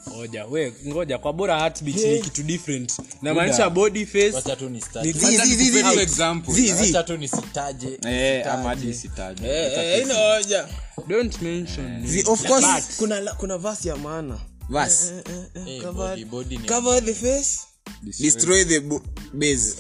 S3: ngoja we ngoja kwa bora heartbeat ni kitu different namaanisha body face
S1: wacha tu nisitaje.
S3: ni-
S2: Zi, zi, zi, zi.
S5: Two example.
S2: Zi, zi.
S1: Wacha tu nisitaje
S5: Eh, ama
S1: nisitaje.
S5: hadi sitaji.
S1: Eh,
S5: Hata
S1: eh,
S5: sisi.
S1: inaoja.
S3: don't mention
S4: Eh,
S3: me.
S2: Zi, of course
S4: kuna la- kuna vasi ya maana
S2: vas
S1: Eh, body, body ni-
S4: cover the face
S2: destroy the bo- base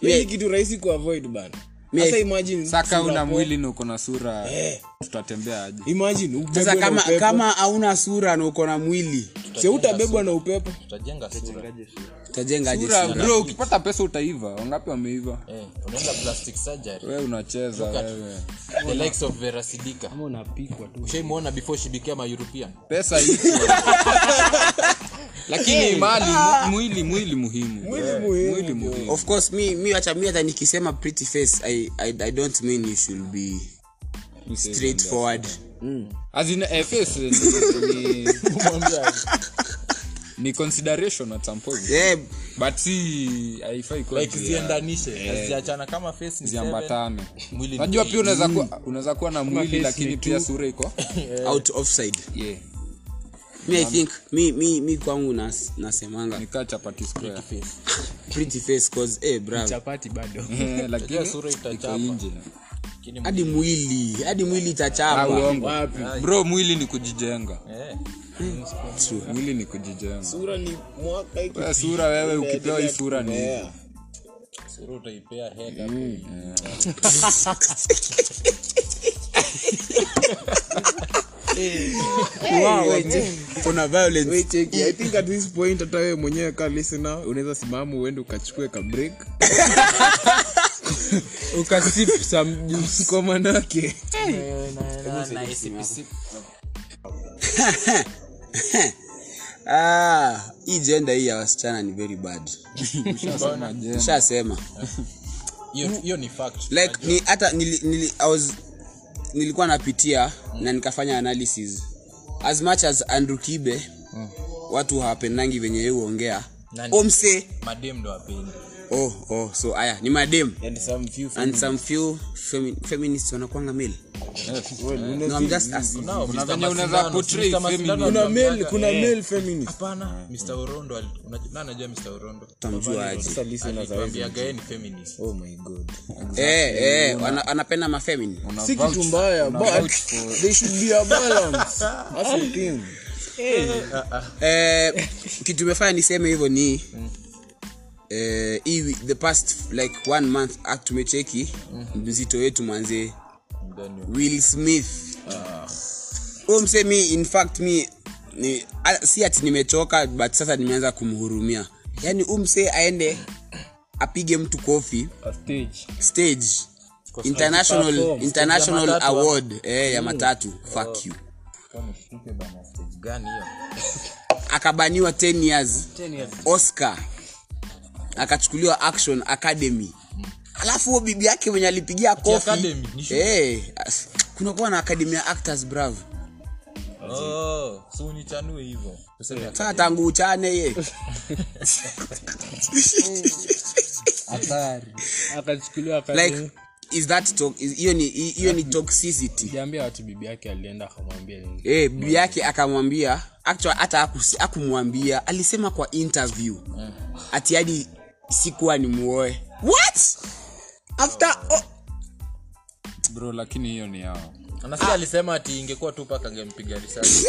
S4: hii kitu rahisi kuavoid bana
S2: Me-
S4: sasa imagine
S5: saka
S4: sura
S5: una
S4: po-
S5: mwili na uko na sura
S1: Eh.
S5: tutatembea aje
S4: imagine ubebwe
S2: sasa
S4: na
S2: kama
S4: upepo.
S2: kama hauna sura na uko na mwili
S4: si utabebwa na upepo
S1: tutajenga sura
S2: utajenga aje
S5: Sura,
S2: sura?
S5: bro ukipata pesa utaiva wangapi wameiva
S1: Eh, unaenda plastic surgery
S5: wewe unacheza
S1: at-
S5: wewe
S1: the likes of vera sidika
S3: Ama unapikwa tu
S1: ushaimwona before she became a european
S5: pesa iko
S1: Eh.
S5: lakini mali mu- mwili mwili muhimu bro. mwili muhimu
S2: of course mi mi acha mi hata nikisema pretty face I, I, i don't mean you should be straightforward
S5: As in, eh, face ni, ni, ni consideration at some point
S2: yeah,
S5: but si haifai kuwa
S1: like
S5: njia-
S1: ziendanishe ziachana kama face ni seven
S5: ziambatane
S1: mwili ni
S5: najua
S1: eight.
S5: pia unaweza kuwa unaweza kuwa na mwili
S3: face
S5: lakini
S3: ni
S5: pia sura iko
S2: out offside
S5: yeah
S2: mi i think mi, mi, mi kwangu nas, nasemanga
S5: nikaa chapati square
S2: pretty face cause eh bravo
S3: chapati bado
S5: Eh, lakini
S1: sura
S5: iko
S1: itachapa.
S5: nje
S2: hadi mwili hadi mwili
S5: Ah,
S2: itachapa
S5: uongo. bro mwili ni kujijenga
S1: Eh,
S5: mwili ni kujijenga
S4: sura ni mwaka iki-
S5: Wewe sura wewe ukipewa hii sura ni hivi.
S4: Yeah.
S1: sura utaipea head up.
S2: Wow, kuna violence
S4: Cheki, i think at this point hata wewe mwenyewe ka listener unaweza simama uende ukachukue ka break ukasip some juice kwa manake
S5: Ah,
S1: Na- na- na- na- na- na- na- na- na- na-
S2: ah, hii jenda hii ya wasichana ni very bad
S5: Ushasema jema.
S2: shasema
S1: hiyo hiyo ni fact
S2: like ni hata nili, nili, I was, nilikuwa napitia na nikafanya analysis as much as andrew kibe watu hawapendangi venye ye huongea
S1: Nani?
S2: omse
S1: madem ndo wapendi
S2: oh, oh, so aya ni madem
S4: and some few
S2: and some few femi- feminists wanakwanga male no, I'm just asking.
S1: Nao, Mr.
S5: venye
S1: Masindano,
S5: unaweza
S1: Mr.
S5: portray
S1: Masindano
S5: feminine.
S1: ndo
S4: kuna male
S1: mtaka-
S4: kuna
S1: Eh,
S4: male feminist
S1: hapana mr orondo ali- unaj- na anajua mr orondo
S2: Utamjua aje.
S4: sasa listeners hawezi
S1: alikwambia gae ni feminist
S4: oh my god
S2: Eh, eh, wana- wanapenda mafemini
S5: Una
S4: si
S5: vouch-
S4: kitu mbaya
S5: una
S4: but
S5: vouch for-
S4: they should be a balance that's the thing
S2: eh, kitu imefanya niseme hivyo ni eh, hii wi- the past like one month act tumecheki
S4: Mm-hmm.
S2: mzito wetu manze will smith
S4: Ah.
S2: huyo msee mi in fact mi ni, a, si ati nimechoka but sasa nimeanza kumhurumia yaani huyu msee aende apige mtu kofi stage international,
S4: perform,
S2: international award eh, ya matatu
S1: Oh.
S2: fuck you
S1: gani hiyo
S2: akabaniwa 10 years oscar akachukuliwa action academy alafu huo bibi yake mwenye alipigia kofi
S1: Hmm. academy, ni shule.
S2: hey, kunakuwa na academy ya actors bravo
S1: oh so unichanue hivyo tuseme
S2: saa tangu uchane ye
S3: akachukuliwa
S2: like is that talk, is, hiyo ni hiyo ni toxicity
S3: akiambia watu bibi yake alienda akamwambia nini
S2: eh, bibi yake akamwambia actually hata hakusi- hakumwambia alisema kwa interview
S1: Mm.
S2: ati hadi sikuwa ni muoe what after oh,
S5: bro lakini hiyo ni yao
S1: anasikia alisema ati ingekuwa tu paka angempiga risasi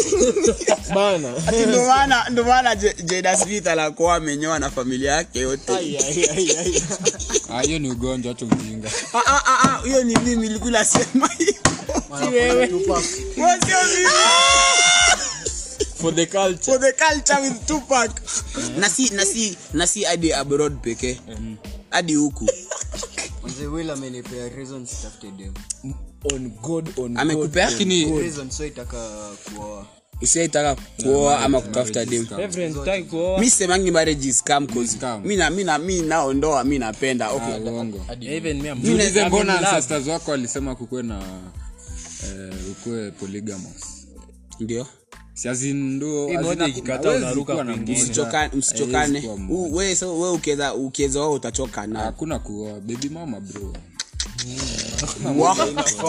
S4: bana
S2: Ati ndo maana- ndo maana Je- jada smith anakuwa amenyoa na familia yake yote
S5: Ah, hiyo ni ugonjwa hacha ujinga
S2: Ah, ah, ah, ah, hiyo ni mimi ilikula sema hiyo Wewe sio mimi.
S1: for the culture Mm.
S2: For the culture with Tupac. na si na si na si hadi abroad pekee hadi huku
S6: Mzee Will amenipea reason sitafute dem.
S4: on god on
S2: amekupea
S5: lakini
S6: Reason so itaka kuoa.
S2: usiaitaka kuoa ama kutafuta dem mi semangi marriage is scam cause
S4: Mm,
S5: Scam.
S2: mi na- mi na- mi naondoa mi napenda okay.
S5: Ah,
S4: Ah,
S5: uongo Yaani
S3: Jiulize
S5: Niulize mbona
S3: mbona sasa-
S5: ancestors wako walisema kukuwe na eh, ukuwe polygamous
S2: ndio
S3: moja ikikataa unaruka kwingine.
S4: Eh,
S2: Msichoka- msichokane U- we so we ukiweza ukiweza wao utachoka
S4: Ah,
S2: na
S5: hakuna kuoa bebi mama bro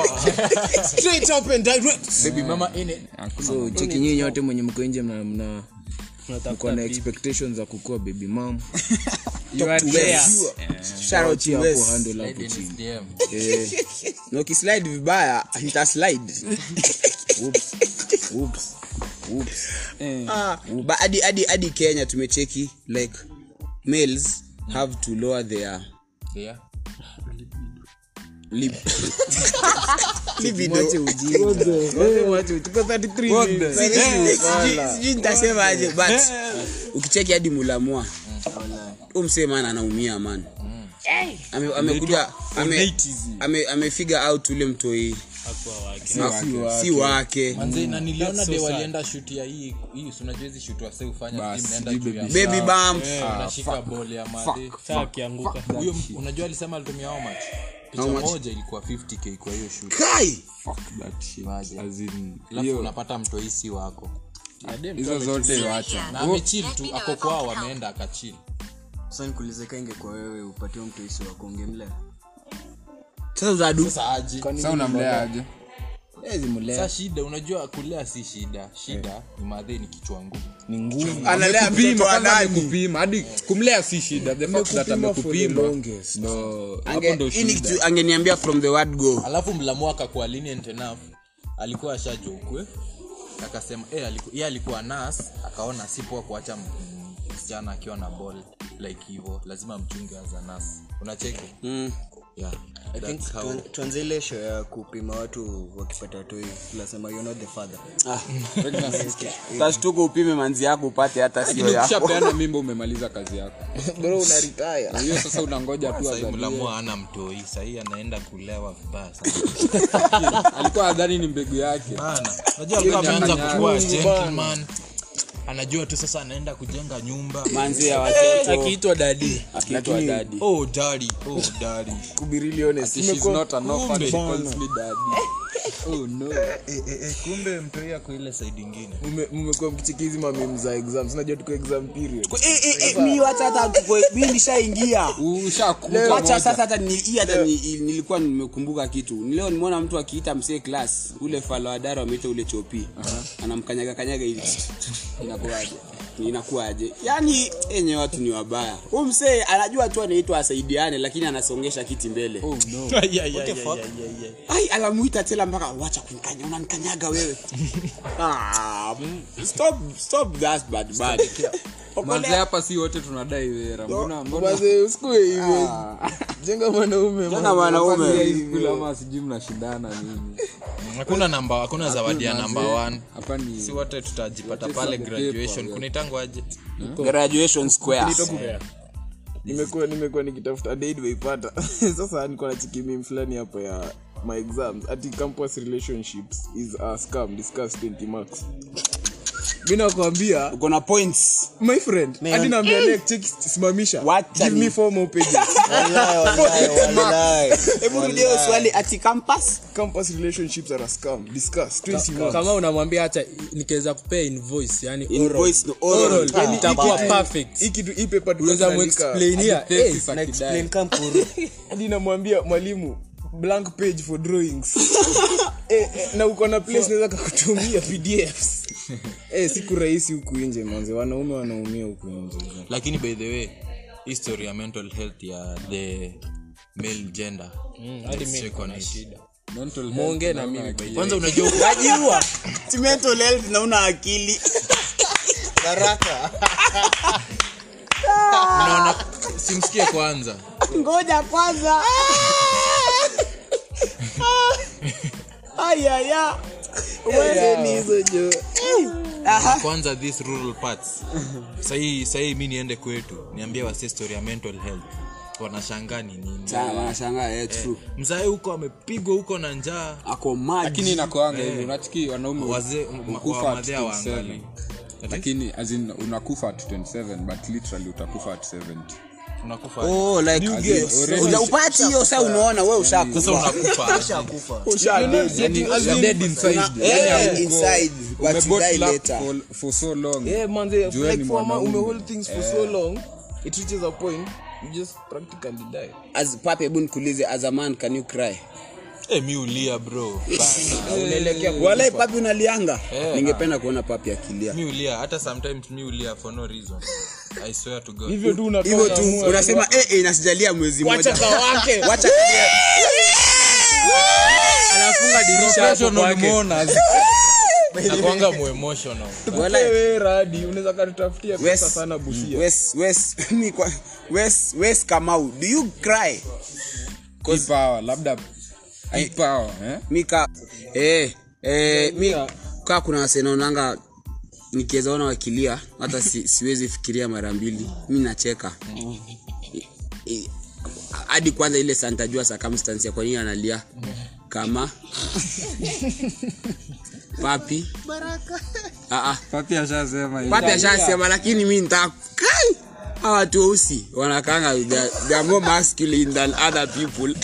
S4: straight up and direct
S1: baby mama ine
S5: Hakuna
S4: so
S5: mambo.
S4: cheki nyinyi wote mwenye mko nje mna mna mko
S3: Unatafuta
S4: na
S3: bibi.
S4: expectations za kukua baby mom
S3: You are there.
S2: Shout out to
S4: Eh, hapo
S2: Wes.
S4: handle hapo chini
S1: DM
S4: eh
S2: na ukislide vibaya nitaslide
S4: oops oops oops
S2: Ah, but hadi hadi hadi kenya tumecheki like males have to lower their
S1: yeah
S2: lib libido
S4: mwache ujinga Wewe mwache ujinga. tuko 33 minutes.
S2: Sijui- sijui nitasemaje but ukicheki hadi mulamua umsee man anaumia man Ame- amekuja ame- ame- amefigure out ule mtoi si wake
S1: manze na niliona de walienda shoot ya hii hii si unajua hizi shoot wase hufanya
S5: Basi,
S1: team naenda
S5: baby
S1: juu ya
S5: baby.
S2: baby bump
S1: anashika ball ya mali
S3: Saa akianguka
S1: huyo m- unajua alisema alitumia how much picha
S2: How much?
S1: moja ilikuwa 50k kwa hiyo shoot
S2: kai
S5: Fuck that shit. As in,
S1: alafu
S5: hiyo-
S1: unapata mtoisi wako
S5: hizo zote wacha
S1: na amechill tu ako kwao ameenda akachill
S6: Sasa nikuulize kaa ingekuwa wewe upatiwe mtu isi wako ungemlea.
S2: sasa uzadu
S1: sasa aje
S5: sa unamlea aje
S4: Hezi mulea
S1: sasa shida unajua kulea si shida shida ni madhe ni kichwa ngumu
S4: ni ngumu
S2: analea mtoto wa nani
S5: kupima hadi kumlea si shida the fact that
S4: Amekupima for the
S5: amekupima
S4: longest.
S5: ndo hapo
S2: Ange-
S5: ndo
S2: hii ni
S5: shida
S2: kitu angeniambia from the word go
S1: alafu mlamu akakuwa lenient enough alikuwa ashajua ukwe akasema eh aliku, yeye alikuwa nas akaona si poa kuacha m- m- msichana akiwa na ball like hivyo lazima mchunge as a nas unacheki mm. yeah,
S6: I think
S1: that's how-
S6: tuan- tuanze ile show ya kupima watu wakipata toi tunasema you're not the father
S2: tashtuka upime manzi yako upate hata sio
S5: Lakini
S2: yako
S5: ukishapeana mimba umemaliza kazi yako
S4: bro una retire
S5: Na hiyo sasa unangoja tu
S1: Sahii
S5: azalie.
S1: mlamu ana mtoi sahii anaenda kulewa vibaya sana
S5: alikuwa adhani ni mbegu yake
S1: Bana, unajua vile ameanza kukuwa gentleman anajua tu sasa anaenda kujenga nyumba
S2: manzi ya watoto
S3: akiitwa dadi
S2: akiitwa dadi
S1: oh daddy oh daddy
S5: Ati she's not an orphan, she
S1: Kumbe.
S5: calls me daddy. Oh, no.
S1: Eh, kumbe mtoia kwa ile side ingine
S4: Mume- mmekuwa mkichikizi mamim za exams unajua tuko exam period
S2: Eh, mi wacha hata tuko- mi nishaingia
S5: Ushakuta
S2: wacha sasa hata ni- hii hata ni- i- nilikuwa nimekumbuka kitu leo nimeona mtu akiita msee class ule falo adara wameita ule chopi anamkanyaga kanyaga hivi inakuaje inakuaje yaani enye watu ni wabaya huu msee anajua tu anaitwa asaidiane lakini anasongesha kiti mbele
S5: Oh, no.
S2: ai alamuita tela mpaka wacha kunikanya unanikanyaga wewe ah, stop stop that bad bad
S5: Manze,
S2: Okolea.
S5: hapa si wote tunadai hera mbona mbona Ah.
S4: Mazee, usikuwe hivyo jenga mwanaume
S2: Tena
S4: mazee.
S5: Hapa si high
S2: mwanaume
S5: school ama sijui mnashindana nini
S1: hakuna namba hakuna zawadi ya namba
S5: Manze,
S1: 1
S5: hapa ni
S1: si wote tutajipata
S5: Wote
S1: pale
S5: sabe
S1: graduation
S5: pepa,
S1: kunaitangwaje
S2: graduation square
S4: nimekuwa nimekuwa nikitafuta date waipata sasa niko na chikimim fulani hapa ya my exams ati campus relationships is a scam discuss 20 marks mi nakwambia
S2: uko na points
S4: my friend hadi naambia lek cheki simamisha
S2: Wacha
S4: give me
S2: ni-
S4: four more pages
S2: hebu rudie hiyo swali ati campus
S4: campus relationships are a scam discuss 20 marks
S3: kama unamwambia hata nikiweza kupea invoice yani
S2: Invoice ni oral. Ah.
S3: yani itakuwa perfect
S4: hii kitu hii paper tulikuwa
S3: unaweza
S4: tunaandika.
S3: muexplainia eh,
S5: Texas akidai.
S4: hadi namwambia mwalimu blank page for drawings eh, eh, na uko na place naweza kakutumia pdfs eh, siku rahisi huku nje manze wanaume wanaumia huku nje
S1: lakini by the way history ya mental health ya the male gender
S3: hadi
S1: Let's
S3: mimi
S1: check
S3: niko
S1: on
S3: na
S1: it.
S3: shida.
S5: mental
S3: Muongee
S5: health
S3: na
S5: naona
S3: mimi
S5: bai-
S1: kwanza unajua
S2: najiua Ti mental health na una akili
S1: unaona simsikie kwanza
S2: ngoja kwanza ayaya uwezeni hizo jo
S1: kwanza these rural parts sahii sahii mi niende kwetu niambie wasi story ya mental health wanashangaa ni nini
S2: wanashangaa
S5: Eh.
S2: true
S1: mzae huko amepigwa huko na njaa
S2: ako
S5: lakini
S2: maji
S5: inakoanga hivi unachiki wanaume
S1: wazee
S5: hukufa at
S1: wamadhea
S5: 27.
S1: waangali
S5: lakini as in, unakufa at 27 but literally utakufa at 70
S1: unakufa
S2: Oh, like,
S5: As in,
S2: yes.
S5: already-
S2: Uja- upati hiyo saa unaona we
S1: sasa unakufa
S5: Umebot lap
S2: ushakufa
S5: for- for so long
S4: Eh, manze,
S5: Jueni
S4: like for ama-
S5: mwanaume.
S4: umehold things for so long, it reaches a point, you just practically die.
S2: pape hebu nikuulize as a man can you cry
S1: Eh, mi ulia bro
S2: walai papi unalianga Eh. ningependa kuona papi akilia
S1: mi ulia hata sometimes mi ulia for no reason i swear to god
S4: Hivyo tu unatoka
S2: hivyo tu
S4: unaamua,
S2: unasema eh, eh, nasijalia mwezi mmoja Wacha kalia.
S3: anafunga dirisha hapo kwake
S1: nakwanga muemotional
S2: Walai,
S4: wewe Eh, radi, unaweza katutafutia pesa
S2: Wes-
S4: sana Busia.
S2: Wes- Wes- mi kwa- Wes- Wes Kamau, do you cry?
S5: Kipawa, labda kipawa, eh?
S2: Mi ka- eh, eh, mi- kaa kuna wasenaonanga nikiweza ona wakilia hata si, siwezi fikiria mara mbili mi nacheka I- i- hadi kwanza ile santajua circumstance ya kwa nini analia kama papi ah, baraka
S5: Papi ashasema hivi.
S2: papi ashasema lakini mi nitaka kai hawa watu weusi wanakanga they- they are more masculine than other people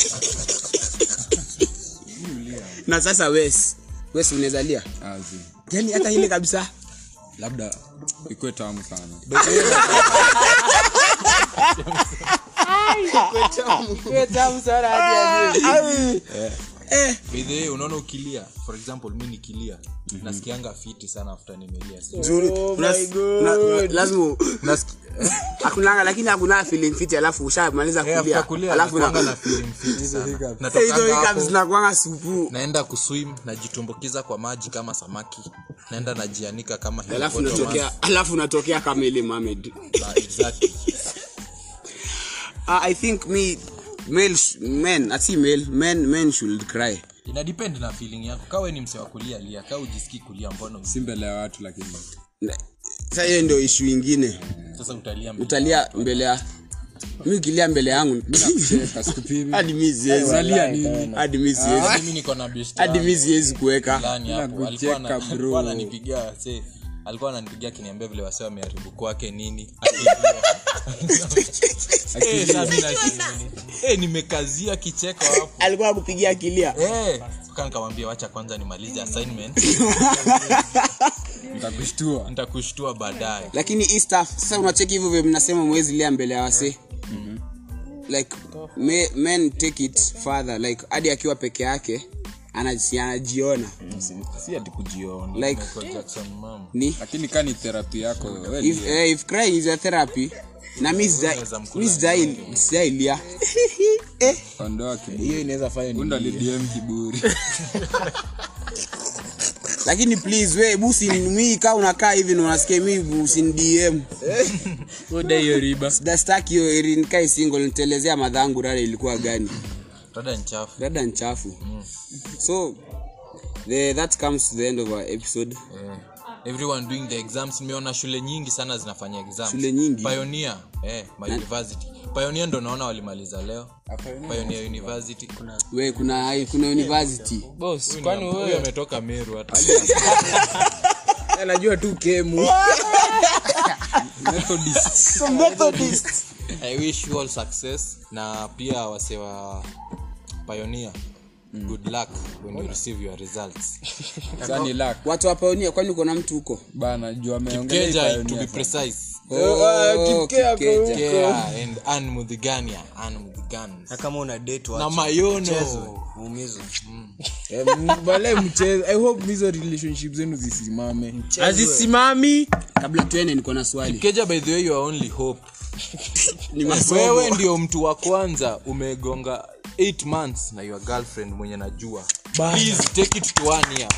S2: na sasa wes wes unawezalia
S5: As in,
S2: yani hata ile kabisa
S5: labda ikuwe tamu sana
S1: bidhee unaona ukilia for example mi nikilia
S2: Mhm.
S1: nasikianga fiti sana after nimelia
S2: Zuri. Oh Unas- na- na- lazima u- unasiki- hakunanga lakini hakuna feeling fit alafu ushamaliza Eh,
S1: Eh,
S2: kulia alafu na- hizo hiccups
S1: kulianaenda
S2: zinakuanga supu
S1: kuswim najitumbukiza kwa maji kama samaki naenda najianika kama Hillary
S2: alafu
S1: Clinton.
S2: unatokea alafu unatokea kama ile mamed
S1: Ah, exactly.
S2: uh, I think me male sh- men I see male men men should cry.
S1: Ina depend na feeling yako kawe ni msewa kulia lia ka ujisikii kulia mbona usi-
S5: si mbele ya watu lakini
S2: Na- Sasa hiyo ndio issue nyingine.
S1: sasa utalia mbele.
S2: Utalia mbele ya mimi ukilia mbele yangu
S5: kasikupimi
S2: hadi mimi siwezi
S5: unalia nini
S2: hadi mimi siwezi
S1: mimi niko na best
S2: hadi
S1: wangu
S2: mimi siwezi kuweka.
S1: fulani hapo, alikuwa ana-
S5: Nakucheka, bro.
S1: alikuwa ananipigia se alikuwa ananipigia akiniambia vile wasee wameharibu kwake nini Akilia. Eh, sasa mimi na- Eh, nimekazia kicheko hapo
S2: alikuwa akupigia akilia
S1: Eh, kaa nikamwambia wacha kwanza nimalize assignment
S5: nitakushtua
S1: nitakushtua baadaye
S2: lakini hii staff sasa unacheki hivyo vile mnasema mwezi lia mbele ya wase like me, men take it further like hadi akiwa peke yake anaji- anajiona
S4: si ati kujiona
S2: like
S1: Kwa Jackson mama
S2: ni
S5: lakini kaa ni therapy yako wewe
S2: if,
S5: ndiye.
S2: eh, if crying is a therapy na mi
S1: Unaweza
S2: sija-
S1: mkula
S2: mi sijai- sijai lia eh.
S5: ondoa kiburi
S4: hiyo inaweza fanya ni-
S5: unda lidm kiburi
S2: lakini please we busi mi kaa unakaa hivi na unasikia mi usinidm dastaki hiyo eri nikae single nitelezea madhangu rada ilikuwa gani
S1: dada nchafu
S2: rada nchafu so the, that comes to the end of our episode
S1: eh. everyone doing the exams nimeona shule nyingi sana zinafanya exams
S2: Shule nyingi?
S1: pioneer eh, my university pioneer ndo naona walimaliza leo pioneer university
S2: we Ah, kuna kuna university
S3: boss
S1: Huyu ni-
S3: kwani
S1: huyu
S3: wewe
S1: ametoka meru hata
S6: Eh,
S4: anajua tu kemu
S1: i wish you all success na pia wase wa pioneer
S6: Mm.
S1: good luck when you receive your results
S5: sasa ni luck
S2: watu wapaonia kwani uko na mtu huko
S5: bana juu
S1: keja to be
S5: ameongelea
S1: precise
S2: Oh, Kikeja.
S1: Kea and Ann Muthigania, Ann Muthigans.
S6: na kama una date
S1: na
S6: wacha
S1: mayono
S6: uumizwe
S4: bale mchezo i hope hizo relationship zenu zisimame
S3: azisimami
S2: kabla tuene niko na swali
S1: keja by the way you are only hope
S2: ni masomo
S1: wewe ndio mtu wa kwanza umegonga 8 months na your girlfriend mwenye najua please take it to one year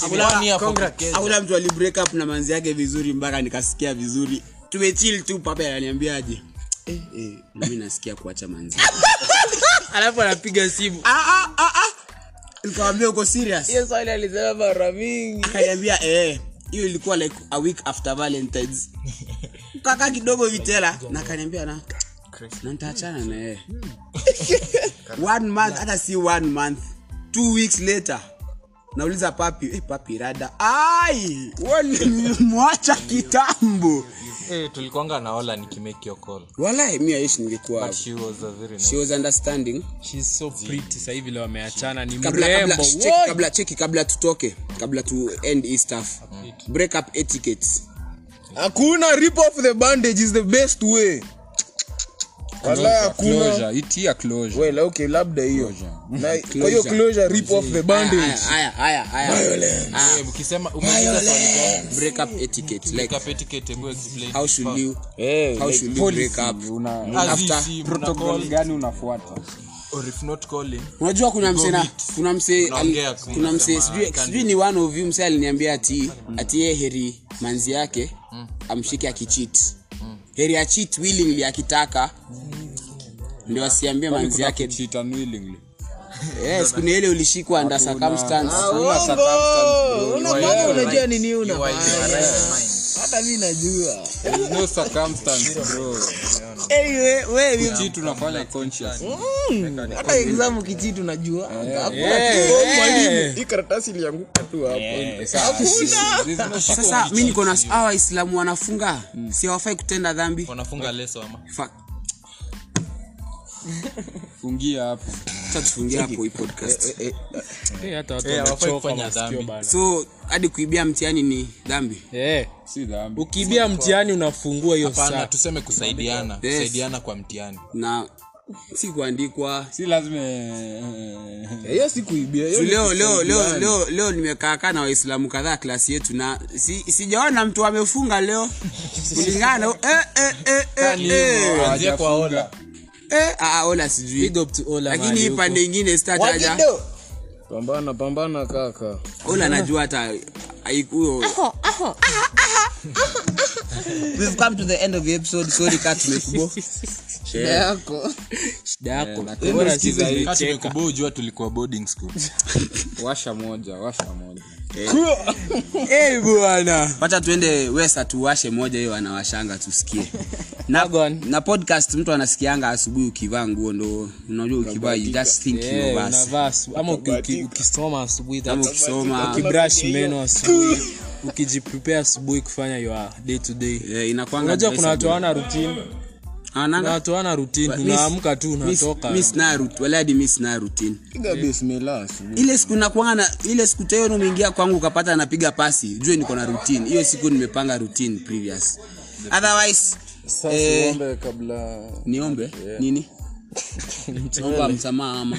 S2: Hakuna-
S1: One year for
S2: congrats.
S1: Kikeja.
S2: hakuna mtu ali break up na manzi yake vizuri mpaka nikasikia vizuri tumechill tu papa ananiambiaje eh, eh, nami nasikia kuacha manzi
S3: alafu anapiga simu
S2: nikamwambia uko serious
S3: hiyo swali alisema mara mingi
S2: akaniambia eh hiyo ilikuwa like a week after valentines kaka kidogo vitela na akaniambia na na nitaachana na yeye one month hata si one month two weeks later nauliza papi eh, papi rada ai walimwacha kitambo
S1: Eh, tulikwanga na ola nikimake your call
S2: wala mi aishi ningekuwa
S1: but
S2: hapo.
S1: she was a very nice
S2: she was understanding
S3: she's so pretty sasa hivi leo wameachana ni
S2: kabla, kabla,
S3: mrembo
S2: cheki, kabla cheki kabla tutoke kabla tu end hii stuff break up etiquettes
S4: hakuna rip off the bandage is the best way wala hakuna
S5: itia closure
S4: well okay labda hiyo Na- kwa hiyo closure rip off the bandage
S2: Haya, haya, haya, haya. Ah,
S1: Eh, mkisema umeuliza swali gani
S2: break up etiquette like
S1: Kapeti kete, go explain
S2: how should you how should you break up
S5: una
S1: As
S2: after
S1: you see, mna
S5: protocol
S1: call
S5: gani unafuata
S1: or if not calling
S2: unajua kuna mse na-
S1: meet.
S2: kuna mse
S1: Unaongea
S2: ali-
S1: tu,
S2: kuna mse
S1: unasema,
S2: sijui
S1: I can't
S2: sijui ni one of you mse aliniambia ati ati yeye heri manzi yake
S1: Mm.
S2: amshike akichit heri achit willingly akitaka ndio asiambie manzi yake
S5: Cheat and willingly.
S2: yes kuna ile ulishikwa under circumstance
S5: Hakuna circumstance, bro.
S4: unamwaga unajua nini una
S1: Why you are right in mind.
S4: hata mi najua
S5: There's no circumstance, bro. Cheat unafanya conscious.
S4: hata exam kichitu najua
S2: eh,
S4: hii karatasi ilianguka tu hapa
S2: sasa mi niko na hawa waislamu wanafunga
S5: Hmm.
S2: si hawafai kutenda dhambi
S1: wanafunga leso ama
S2: Fuck.
S5: fungia hapo Eh,
S2: Acha tufungie hapo hii podcast
S3: hata watu
S1: Eh, hawafai
S3: wamechoka
S1: kufanya
S3: masikio
S1: dhambi.
S3: bana.
S2: so hadi kuibia mtihani ni dhambi
S3: Eh,
S5: si dhambi
S3: ukibia mtihani unafungua hiyo
S1: pana
S3: saa
S1: tuseme kusaidiana
S2: Yes.
S1: kusaidiana kwa mtihani
S2: na si kuandikwa
S5: si lazima eh,
S4: hiyo si kuibia hiyo
S2: Ju
S4: ni
S2: leo leo leo
S4: kusaidiana.
S2: leo leo nimekaakaa na waislamu kadhaa klasi yetu na si, sijaona mtu amefunga leo kulingana na- eh, eh, eh, eh, eh,
S1: Anzia kwa
S5: hawajafunga.
S1: ola
S2: eh, ah, ah, ola sijui
S3: Big up to Ola
S2: lakini
S3: mahali
S2: hii
S3: huko.
S2: pande ingine sitataja
S4: pambana pambana kaka
S2: ola najua hata haikuo
S6: we've come to the end of the episode sorry cut
S2: Mekubo.
S3: shida yako
S5: Bora sikiza hii.
S1: Kati umekubua ujua tulikuwa boarding school
S5: washa moja washa moja
S2: Eh, bwana wacha tuende wesa tuwashe moja hiyo anawashanga tusikie na, na podcast mtu anasikianga asubuhi ukivaa nguo ndo unajua ukivaa you just think
S3: Eh,
S2: yeah, basi
S3: unavaa asubuhi ama uki- uki- ukisoma asubuhi
S2: kama
S3: that's-
S2: ukisoma
S3: ukibrush meno asubuhi ukijiprepare asubuhi kufanya your day to day
S2: Eh, inakwanga
S3: unajua
S2: dress
S3: kuna watu
S2: up.
S3: hawana routine kuna
S2: Hawananga?
S3: watu hawana routine
S2: Miss-
S3: tunaamka tu
S2: miss-
S3: unatoka
S2: Ah, miss na rut- wala hadi miss na routine ile siku nakwanga na ile siku teo nimeingia kwangu ukapata anapiga pasi jue niko na routine hiyo siku nimepanga routine previous otherwise eh,
S5: kabla
S2: niombe nini naomba msamaha ama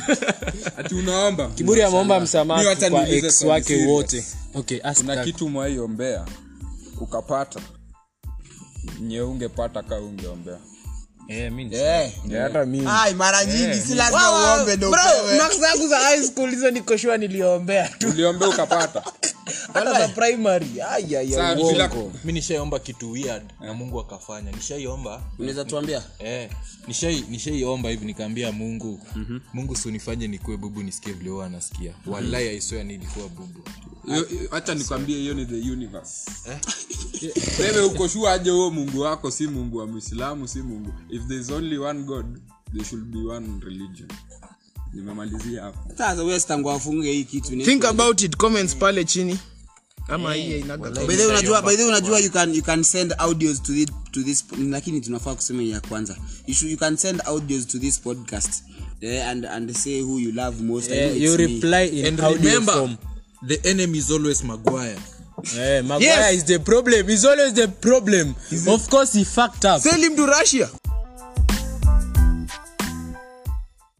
S5: ati unaomba
S3: kiburi ameomba
S5: Mimi
S3: msamaha
S5: wacha
S3: kwa
S5: niulize
S3: ex
S5: swali
S3: wake
S5: serious.
S3: wote okay ask
S5: kuna
S3: that.
S5: kitu mwaiombea ukapata nye ungepata ka ungeombea
S3: Eh, mi ni-
S5: hata mimi
S6: Ai, mara
S2: Eh,
S6: nyingi si lazima uombe ndo upewe.
S4: marks zangu za high school hizo nikoshua niliombea tu
S5: uliombea ukapata
S4: hata za primary Ai, ai, ai.
S5: Saa bila-
S1: mi nishaiomba kitu weird na mungu akafanya nishaiomba
S2: unaweza tuambia
S1: eh, nishai- nishaiomba hivi nikaambia mungu mm-hmm. mungu sunifanye nikuwe bubu nisikie vile huwa anasikia walai aiswea nilikuwa bubu
S5: Yo- acha nikwambie hiyo ni the universe wewe uko sure aje huo mungu wako si mungu wa muislamu si mungu if there is only one god there should be one religion nimemalizia hapo
S2: sasa wes tangu afunge hii kitu ni
S4: think about it comments pale chini ama
S3: Eh.
S4: hii ainaga
S2: by the way unajua by the way unajua you can you can send audios to this, to this lakini tunafaa kusema ya kwanza you, should, you can send audios to this podcast eh, and and say who you love most I know
S3: Eh,
S2: it's
S3: you
S2: me.
S3: reply in
S1: and
S3: audio
S1: remember
S3: form.
S1: the enemy is always maguire
S3: Eh, Maguire is the problem. He's always the problem. Of course, he fucked up.
S4: sell him to russia